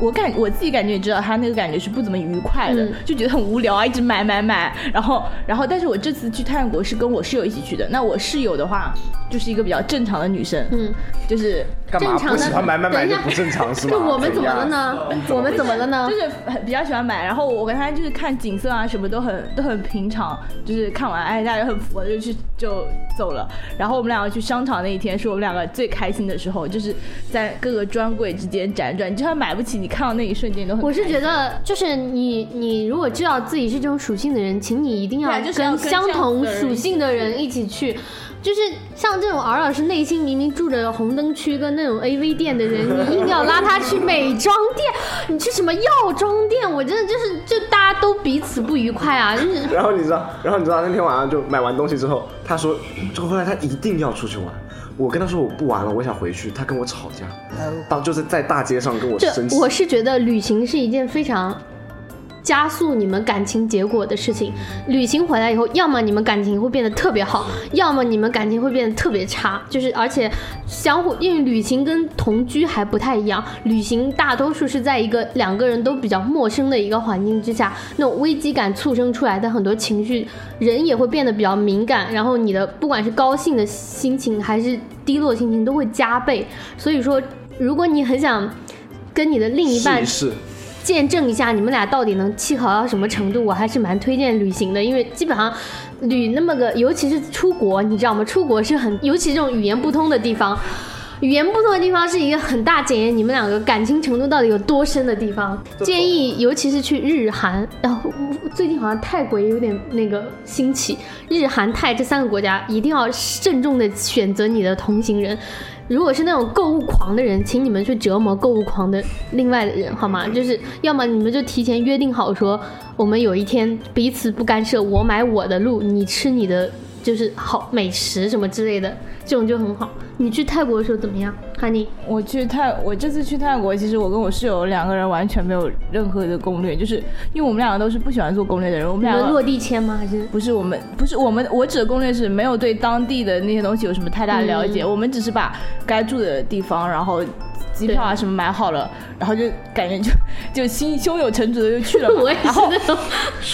[SPEAKER 8] 我感我自己感觉也知道她那个感觉是不怎么愉快的，
[SPEAKER 1] 嗯
[SPEAKER 8] 就觉得很无聊啊，一直买买买，然后然后，但是我这次去泰国是跟我室友一起去的，那我室友的话就是一个比较正常的女生，
[SPEAKER 1] 嗯，
[SPEAKER 8] 就是
[SPEAKER 7] 干嘛
[SPEAKER 1] 正常的
[SPEAKER 7] 不喜欢买买
[SPEAKER 1] 等
[SPEAKER 7] 买
[SPEAKER 1] 一
[SPEAKER 7] 就
[SPEAKER 1] 下
[SPEAKER 7] 不正常是吗？
[SPEAKER 1] 就 *laughs* 我们怎么了
[SPEAKER 7] 样？
[SPEAKER 1] 呢？
[SPEAKER 7] *laughs*
[SPEAKER 1] 我们怎么了呢
[SPEAKER 8] 就？是很比较喜欢买，然后我跟他就是看景色啊，什么都很都很平常，就是看完哎大家很佛就去就走了。然后我们两个去商场那一天是我们两个最开心的时候，就是在各个专柜之间辗转，你就算买不起，你看到那一瞬间你都很
[SPEAKER 1] 我
[SPEAKER 8] 开心。
[SPEAKER 1] 是觉得，就是你，你如果知道自己是这种属性的人，请你一定要
[SPEAKER 8] 对啊就是要
[SPEAKER 1] 跟
[SPEAKER 8] 跟
[SPEAKER 1] 相同
[SPEAKER 8] 这样子的人
[SPEAKER 1] 属性的人一起去。就是像这种敖老师内心明明住着红灯区跟那种 AV 店的人，你硬要拉他去美妆店，你去什么药妆店，我真的就是就大家都彼此不愉快啊！就是
[SPEAKER 7] 然后你知道，然后你知道那天晚上就买完东西之后，他说，这个后来他一定要出去玩。我跟他说我不玩了，我想回去，他跟我吵架，当就是在大街上跟我
[SPEAKER 1] 这
[SPEAKER 7] 生气。
[SPEAKER 1] 我是觉得旅行是一件非常加速你们感情结果的事情。旅行回来以后，要么你们感情会变得特别好，要么你们感情会变得特别差。就是而且相互，因为旅行跟同居还不太一样，旅行大多数是在一个两个人都比较陌生的一个环境之下，那种危机感促生出来的很多情绪，人也会变得比较敏感。然后你的不管是高兴的心情还是低落的心情都会加倍。所以说，如果你很想。跟你的另一
[SPEAKER 7] 试
[SPEAKER 1] 半
[SPEAKER 7] 一试，
[SPEAKER 1] 见证一下你们俩到底能契合到什么程度，我还是蛮推荐旅行的，因为基本上旅那么个，尤其是出国，你知道吗？出国是很，尤其这种语言不通的地方，语言不通的地方是一个很大检验你们两个感情程度到底有多深的地方。建议，尤其是去日韩，然、后最近好像泰国也有点那个兴起，日韩泰这三个国家一定要慎重的选择你的同行人。如果是那种购物狂的人，请你们去折磨购物狂的另外的人，好吗？就是要么你们就提前约定好说，我们有一天彼此不干涉，我买我的路，你吃你的，就是好美食什么之类的，这种就很好。你去泰国的时候怎么样，Honey？
[SPEAKER 8] 我去泰，我这次去泰国，其实我跟我室友两个人完全没有任何的攻略，就是因为我们两个都是不喜欢做攻略的啊人，我们
[SPEAKER 1] 你
[SPEAKER 8] 两
[SPEAKER 1] 们
[SPEAKER 8] 个
[SPEAKER 1] 落地签吗？还
[SPEAKER 8] *laughs*
[SPEAKER 1] 是
[SPEAKER 8] 不是我们，不是我们，我指的攻略是没有对当地的那些东西有什么太大的了
[SPEAKER 1] 嗯
[SPEAKER 8] 解，我们只是把该住的地方，然后机票啊什么买好了，然后就感觉就就心胸有成竹的就去了
[SPEAKER 1] *laughs*
[SPEAKER 8] 嘛。
[SPEAKER 1] 我也是
[SPEAKER 8] 然后
[SPEAKER 1] 那种，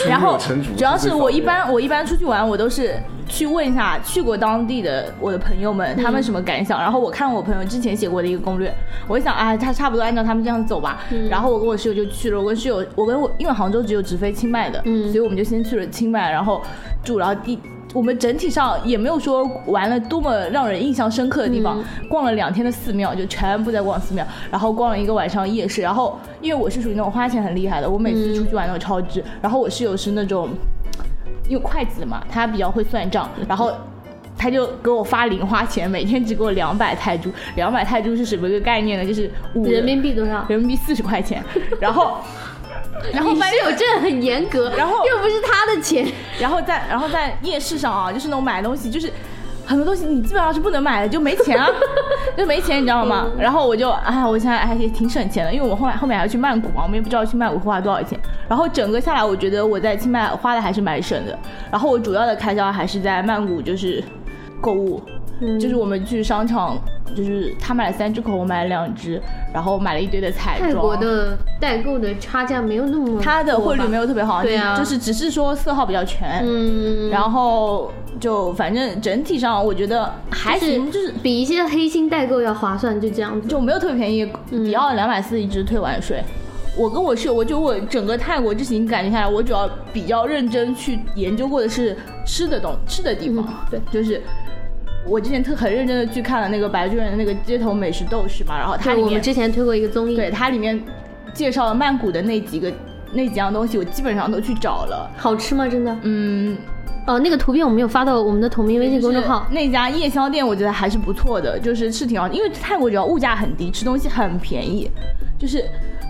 [SPEAKER 8] 然后
[SPEAKER 7] 胸有成竹
[SPEAKER 8] 主要
[SPEAKER 7] 是
[SPEAKER 8] 是
[SPEAKER 7] 最
[SPEAKER 8] 我
[SPEAKER 7] 方
[SPEAKER 8] 一
[SPEAKER 7] 便
[SPEAKER 8] 般我一般出去玩，我都是去问一下去过当地的我的朋友们，他们什么感想。然后我看我朋友之前写过的一个攻略，我就想啊，他差不多按照他们这样子走吧。然后我跟我室友就去了，我跟室友，我跟我因为杭州只有直飞清迈的，
[SPEAKER 1] 嗯
[SPEAKER 8] 所以我们就先去了清迈，然后住，然后第。我们整体上也没有说玩了多么让人印象深刻的地方，逛了两天的寺庙，就全部在逛寺庙，然后逛了一个晚上夜市，然后因为我是属于那种花钱很厉害的，我每次出去玩都超支，然后我室友是那种因为会计嘛，他比较会算账，然后他就给我发零花钱，每天只给我两百泰铢。两百泰铢是什么个概念呢？就是五
[SPEAKER 1] 人民币多少？
[SPEAKER 8] 人民币四十
[SPEAKER 1] *laughs*
[SPEAKER 8] 块钱。然后，然后
[SPEAKER 1] 你
[SPEAKER 8] 发
[SPEAKER 1] 室
[SPEAKER 8] 现，
[SPEAKER 1] 友真的很严格，
[SPEAKER 8] 然后
[SPEAKER 1] 又不是他的钱，
[SPEAKER 8] 然后在然后在夜市上啊，就是那种买东西，就是。很多东西你基本上是不能买的，就没
[SPEAKER 1] *laughs*
[SPEAKER 8] 钱啊，就没钱，你知道吗？
[SPEAKER 1] 嗯
[SPEAKER 8] 然后我就哎，我现在还也挺省钱的，因为我们后来后面还要去曼谷嘛，我们也不知道去曼谷花多少钱。然后整个下来，我觉得我在清迈花的还是蛮省的。然后我主要的开销还是在曼谷，就是购物，
[SPEAKER 1] 嗯
[SPEAKER 8] 就是我们去商场，就是他买了三只口红，我买了两只，然后买了一堆的彩妆。
[SPEAKER 1] 啊泰国的代购的差价没有那么，
[SPEAKER 8] 它的汇率没有特别好，
[SPEAKER 1] 对啊
[SPEAKER 8] 就是只是说色号比较全，
[SPEAKER 1] 嗯，
[SPEAKER 8] 然后就反正整体上我觉得还行，就是
[SPEAKER 1] 是比一些黑心代购要划算，就这样子。
[SPEAKER 8] 就没有特别便宜，
[SPEAKER 1] 嗯
[SPEAKER 8] 迪奥两百四一支退完税。我跟我室友，我就我整个泰国之行感觉下来，我主要比较认真去研究过的是吃的东吃的地方，
[SPEAKER 1] 嗯
[SPEAKER 8] 对，就是。我之前特很认真的去看了那个白居然的那个街头美食斗士嘛，然后它
[SPEAKER 1] 对，
[SPEAKER 8] 里
[SPEAKER 1] 我
[SPEAKER 8] 面
[SPEAKER 1] 们之前推过一个综艺，
[SPEAKER 8] 对它里面介绍了曼谷的那几个那几样东西，我基本上都去找了。
[SPEAKER 1] 好吃吗？真的？
[SPEAKER 8] 嗯，
[SPEAKER 1] 哦，那个图片我们有发到我们的同名微信公众号
[SPEAKER 8] 就是。那家夜宵店，我觉得还是不错的，就是是挺好，因为泰国主要物价很低，吃东西很便宜，就是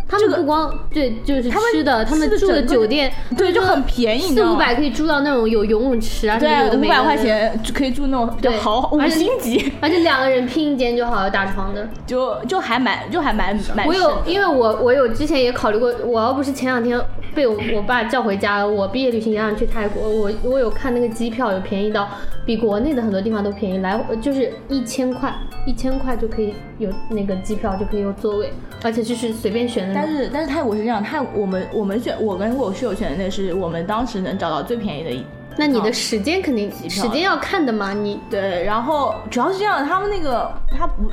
[SPEAKER 1] 他们不光对，就是
[SPEAKER 8] 他们
[SPEAKER 1] 吃的，他们
[SPEAKER 8] 吃的
[SPEAKER 1] 住的
[SPEAKER 8] 整个
[SPEAKER 1] 酒店，
[SPEAKER 8] 对就很便宜，你知
[SPEAKER 1] 四五
[SPEAKER 8] 道吗
[SPEAKER 1] 百可以住到那种有游泳池啊，什么有
[SPEAKER 8] 对
[SPEAKER 1] 的
[SPEAKER 8] 五
[SPEAKER 1] 没
[SPEAKER 8] 百
[SPEAKER 1] 的
[SPEAKER 8] 块，钱就可以住那种比较
[SPEAKER 1] 对
[SPEAKER 8] 豪五
[SPEAKER 1] 而且
[SPEAKER 8] 星级，
[SPEAKER 1] 而且两个人拼一间就好了，打床的。
[SPEAKER 8] 就就还蛮就还蛮蛮
[SPEAKER 1] 我有，
[SPEAKER 8] 省的
[SPEAKER 1] 因为我我有之前也考虑过，我要不是前两天被我我爸叫回家，我毕业旅行也想去泰国，我我有看那个机票有便宜到比国内的很多地方都便宜，来回就是一千块，一千块就可以有那个机票就可以有座位，而且就是随便选的那
[SPEAKER 8] 但
[SPEAKER 1] 种。
[SPEAKER 8] 是但是泰国是这样，泰我们我们选我跟我室友选的那是我们当时能找到最便宜的一
[SPEAKER 1] 那你的
[SPEAKER 8] 哦
[SPEAKER 1] 时间肯定
[SPEAKER 8] 票啊
[SPEAKER 1] 时间要看的嘛，你
[SPEAKER 8] 对，然后主要是这样，他们那个他不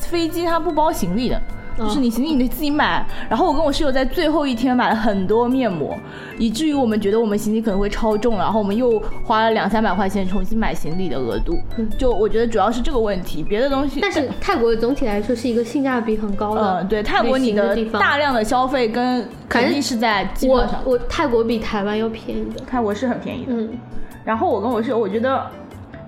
[SPEAKER 8] 飞机他不包行李的。
[SPEAKER 1] 嗯
[SPEAKER 8] 就是你行李你得自己买，然后我跟我室友在最后一天买了很多面膜，以至于我们觉得我们行李可能会超重，然后我们又花了两三百块钱重新买行李的额度。就我觉得主要是这个问题，别的东西。
[SPEAKER 1] 嗯但是泰国总体来说是一个性价比很高的，
[SPEAKER 8] 嗯，对，泰国你的
[SPEAKER 1] 地方，
[SPEAKER 8] 大量的消费跟
[SPEAKER 1] 反
[SPEAKER 8] 肯
[SPEAKER 1] 正
[SPEAKER 8] 定是在机票
[SPEAKER 1] 我
[SPEAKER 8] 上。
[SPEAKER 1] 我泰国比台湾要便宜的，
[SPEAKER 8] 泰国是很便宜的。
[SPEAKER 1] 嗯，
[SPEAKER 8] 然后我跟我室友，我觉得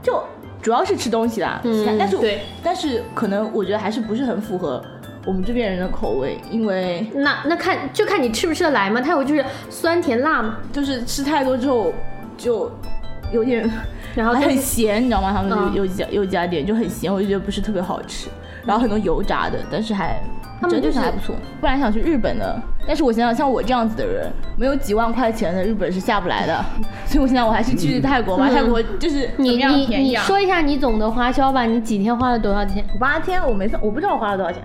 [SPEAKER 8] 就主要是吃东西啦，其他但是
[SPEAKER 1] 嗯
[SPEAKER 8] 我
[SPEAKER 1] 对
[SPEAKER 8] 但是可能我觉得还是不是很符合我们这边人的口味，因为
[SPEAKER 1] 那那看就看你吃不吃得来嘛，泰国就是酸甜辣嘛。
[SPEAKER 8] 就是吃太多之后就有点
[SPEAKER 1] *laughs* 然
[SPEAKER 8] *laughs*
[SPEAKER 1] 后
[SPEAKER 8] 还
[SPEAKER 1] 就
[SPEAKER 8] 很
[SPEAKER 1] 是
[SPEAKER 8] 咸，你知道吗？他们
[SPEAKER 1] 嗯
[SPEAKER 8] 有有几家有几家店就很咸，我就觉得不是特别好吃。然后很多油炸的，但是还
[SPEAKER 1] 他们
[SPEAKER 8] 整
[SPEAKER 1] 就
[SPEAKER 8] 体
[SPEAKER 1] 是
[SPEAKER 8] 还不错。本来想去日本的，但是我想想像我这样子的人，没有几万块钱的日本是下不来的， *laughs* 所以我现在我还是去泰国吧。泰国就是
[SPEAKER 1] 嗯
[SPEAKER 8] 怎么
[SPEAKER 1] 你
[SPEAKER 8] 样
[SPEAKER 1] 你
[SPEAKER 8] 便宜
[SPEAKER 1] 你
[SPEAKER 8] 啊。
[SPEAKER 1] 说一下你总的花销吧，你几天花了多少钱？
[SPEAKER 8] 八天我没算，我不知道我花了多少钱。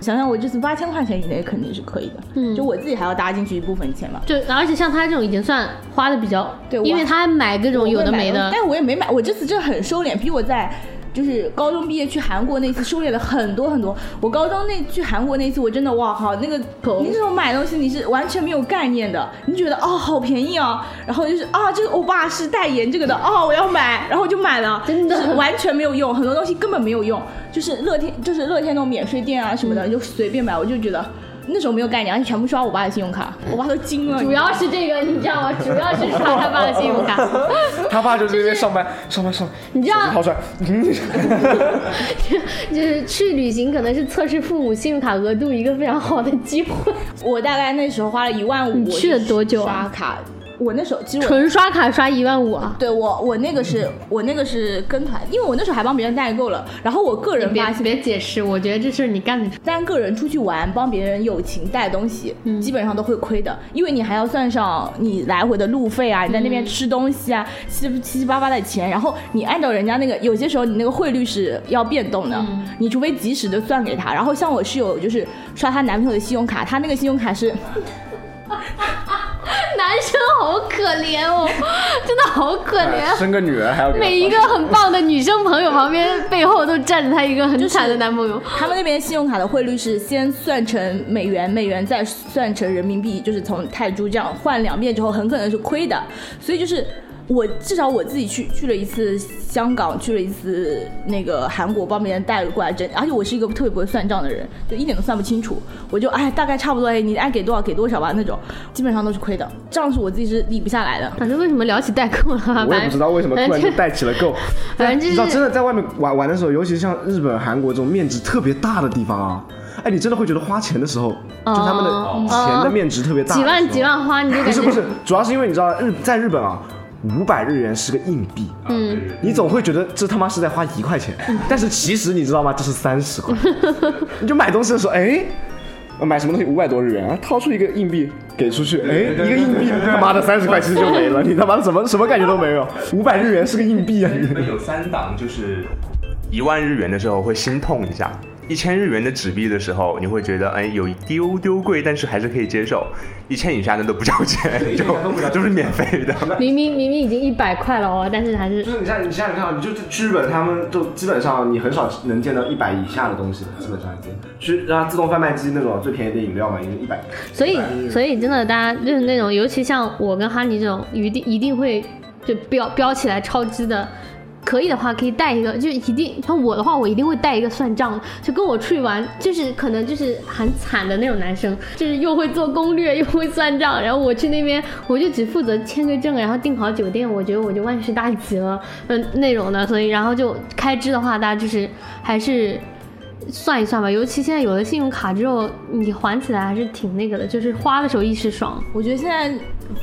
[SPEAKER 8] 想想我这次八千块钱以内肯定是可以的，
[SPEAKER 1] 嗯
[SPEAKER 8] 就我自己还要搭进去一部分钱嘛。
[SPEAKER 1] 就而且像他这种已经算花的比较，
[SPEAKER 8] 对我嗯
[SPEAKER 1] 因为他还买各种有的没的，
[SPEAKER 8] 但我也没买，我这次真的很收敛，比我在。就是高中毕业去韩国那次收敛了很多很多。我高中那去韩国那次，我真的哇靠，那个你这种买东西你是完全没有概念的，你觉得哦好便宜啊，然后就是啊这个欧巴是代言这个的，哦我要买，然后我就买了，
[SPEAKER 1] 真的
[SPEAKER 8] 就是完全没有用，很多东西根本没有用，就是乐天就是乐天那种免税店啊
[SPEAKER 1] 嗯
[SPEAKER 8] 什么的，你就随便买，我就觉得那时候没有概念，而且全部刷我爸的信用卡，我爸都惊了。你知道
[SPEAKER 1] 主
[SPEAKER 8] 吗
[SPEAKER 1] 要是这个，你知道吗？主要是刷他爸的信用卡。
[SPEAKER 7] *laughs* 他爸就在那边上班，上班上，
[SPEAKER 1] 你知道
[SPEAKER 7] 手机掏出来，
[SPEAKER 1] *laughs* 就是去旅行可能是测试父母信用卡额度一个非常好的机会。
[SPEAKER 8] 我大概那时候花了一万五，
[SPEAKER 1] 你去了多久啊
[SPEAKER 8] 刷卡，我那时候其实我
[SPEAKER 1] 纯刷卡刷一万五啊！
[SPEAKER 8] 对我我那个是我那个是跟团，因为我那时候还帮别人代购了。然后我个人
[SPEAKER 1] 别
[SPEAKER 8] 发现，
[SPEAKER 1] 别解释，我觉得这事儿你干得出。
[SPEAKER 8] 单个人出去玩帮别人友情带东西，
[SPEAKER 1] 嗯
[SPEAKER 8] 基本上都会亏的，因为你还要算上你来回的路费
[SPEAKER 1] 嗯
[SPEAKER 8] 啊，你在那边吃东西啊，七七七八八的钱，然后你按照人家那个，有些时候你那个汇率是要变动的，
[SPEAKER 1] 嗯
[SPEAKER 8] 你除非及时的算给他。然后像我室友就是刷她男朋友的信用卡，她那个信用卡是。
[SPEAKER 1] 男生好可怜哦， *laughs* 真的好可怜。
[SPEAKER 7] 生个女儿还要给他
[SPEAKER 1] 每一个很棒的女生朋友旁边背后都站着她一个很惨的男朋友。
[SPEAKER 8] 他们那边信用卡的汇率是先算成美元，美元再算成人民币，就是从泰铢这样换两遍之后，很可能是亏的。所以就是我至少我自己去去了一次香港，去了一次那个韩国，帮别人带过来整，而且我是一个特别不会算账的人，就一点都算不清楚。我就哎，大概差不多，哎，你爱给多少给多少吧那种，基本上都是亏的，账是我自己是理不下来的。
[SPEAKER 1] 反正为什么聊起代购了？啊
[SPEAKER 7] 我也不知道为什么突然就带起了购。
[SPEAKER 1] *laughs* 反正就
[SPEAKER 7] 你知道，真
[SPEAKER 1] 是
[SPEAKER 7] 的在外面玩玩的时候，尤其像日本、韩国这种面值特别大的地方啊，哎，你真的会觉得花钱的时候，就他们的钱的面值特别大
[SPEAKER 1] 哦几
[SPEAKER 7] 的时候，
[SPEAKER 1] 万几万花，你就
[SPEAKER 7] 不
[SPEAKER 1] 感
[SPEAKER 7] 是不是
[SPEAKER 1] 觉，
[SPEAKER 7] 主要是因为你知道日在日本啊，五百日元是个硬币，
[SPEAKER 1] 嗯，
[SPEAKER 7] 你总会觉得这他妈是在花一块钱，但是其实你知道吗？这是三
[SPEAKER 1] *laughs*
[SPEAKER 7] 十块。你就买东西的时候，哎。我买什么东西五百多日元啊？掏出一个硬币给出去，哎，一个硬币，他妈的三十块其实就没了，你他妈的什么什么感觉都没有。五百日元是个硬币啊！你
[SPEAKER 4] 日本有三档，就是一万日元的时候会心痛一下，一千日元的纸币的时候，你会觉得哎有一丢丢贵，但是还是可以接受。一千以下的都不交钱，就都是免费的。
[SPEAKER 1] 明明明明已经一百块了哦，但是还是
[SPEAKER 7] 就是你像你像你看，你就
[SPEAKER 6] 去日本他们就基本上你很少能见到一百以下的东西，基本上已经去然后自动贩卖机那种最便宜的饮料嘛，已经一百。
[SPEAKER 1] 所以，所以真的，大家就是那种，尤其像我跟哈尼这种，一定一定会就标标起来超支的。可以的话，可以带一个，就一定像我的话，我一定会带一个算账，就跟我出去玩，就是可能就是很惨的那种男生，就是又会做攻略，又会算账。然后我去那边，我就只负责签个证，然后订好酒店，我觉得我就万事大吉了，嗯，那种的。所以，然后就开支的话，大家就是还是算一算吧，尤其现在有了信用卡之后，你还起来还是挺那个的，就是花的时候一时爽。
[SPEAKER 8] 我觉得现在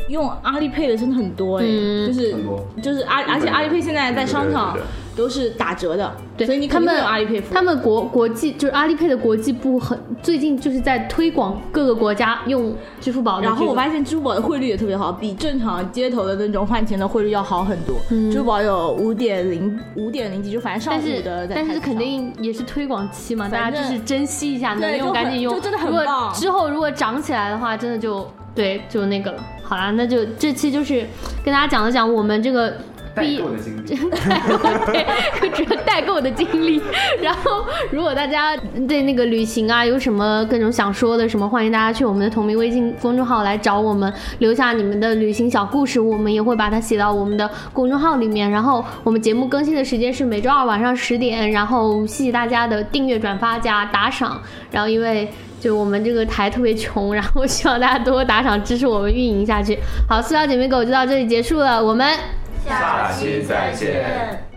[SPEAKER 8] 用阿里配的真的很多哎、
[SPEAKER 1] 嗯
[SPEAKER 8] 就是
[SPEAKER 6] 很多
[SPEAKER 8] 就是阿，而且阿里配现在在商场
[SPEAKER 4] 对对对
[SPEAKER 8] 都是打折的，
[SPEAKER 1] 对，
[SPEAKER 8] 所以你
[SPEAKER 1] 他
[SPEAKER 8] 肯定
[SPEAKER 1] 们
[SPEAKER 8] 会有阿里配付。
[SPEAKER 1] 他们国国际就是阿里配的国际部很最近就是在推广各个国家用支付宝的这个。
[SPEAKER 8] 然后我发现支付宝的汇率也特别好，比正常街头的那种换钱的汇率要好很多。
[SPEAKER 1] 嗯
[SPEAKER 8] 支付宝有五点零五点零几，就反正上
[SPEAKER 1] 但
[SPEAKER 8] 午的
[SPEAKER 1] 是
[SPEAKER 8] 在
[SPEAKER 1] 但
[SPEAKER 8] 开
[SPEAKER 1] 是
[SPEAKER 8] 始上
[SPEAKER 1] 肯定也是推广期嘛，大
[SPEAKER 8] 反正
[SPEAKER 1] 家就是珍惜一下，能
[SPEAKER 8] 对
[SPEAKER 1] 用
[SPEAKER 8] 就很
[SPEAKER 1] 赶紧用。
[SPEAKER 8] 就真的很
[SPEAKER 1] 如果
[SPEAKER 8] 棒
[SPEAKER 1] 之后如果涨起来的话，真的就对就那个了。好啦，那就这期就是跟大家讲了讲我们这个毕业。
[SPEAKER 6] 经历。
[SPEAKER 1] 代购 *laughs* 对，主要代购的经历。然后，如果大家对那个旅行啊有什么各种想说的什么，欢迎大家去我们的同名微信公众号来找我们，留下你们的旅行小故事，我们也会把它写到我们的公众号里面。然后，我们节目更新的时间是每周二晚上十点。然后，谢谢大家的订阅、转发加打赏。然后，因为就我们这个台特别穷，然后希望大家多多打赏支持我们运营下去。好，塑料姐妹狗就到这里结束了，我们。
[SPEAKER 4] 下期再见。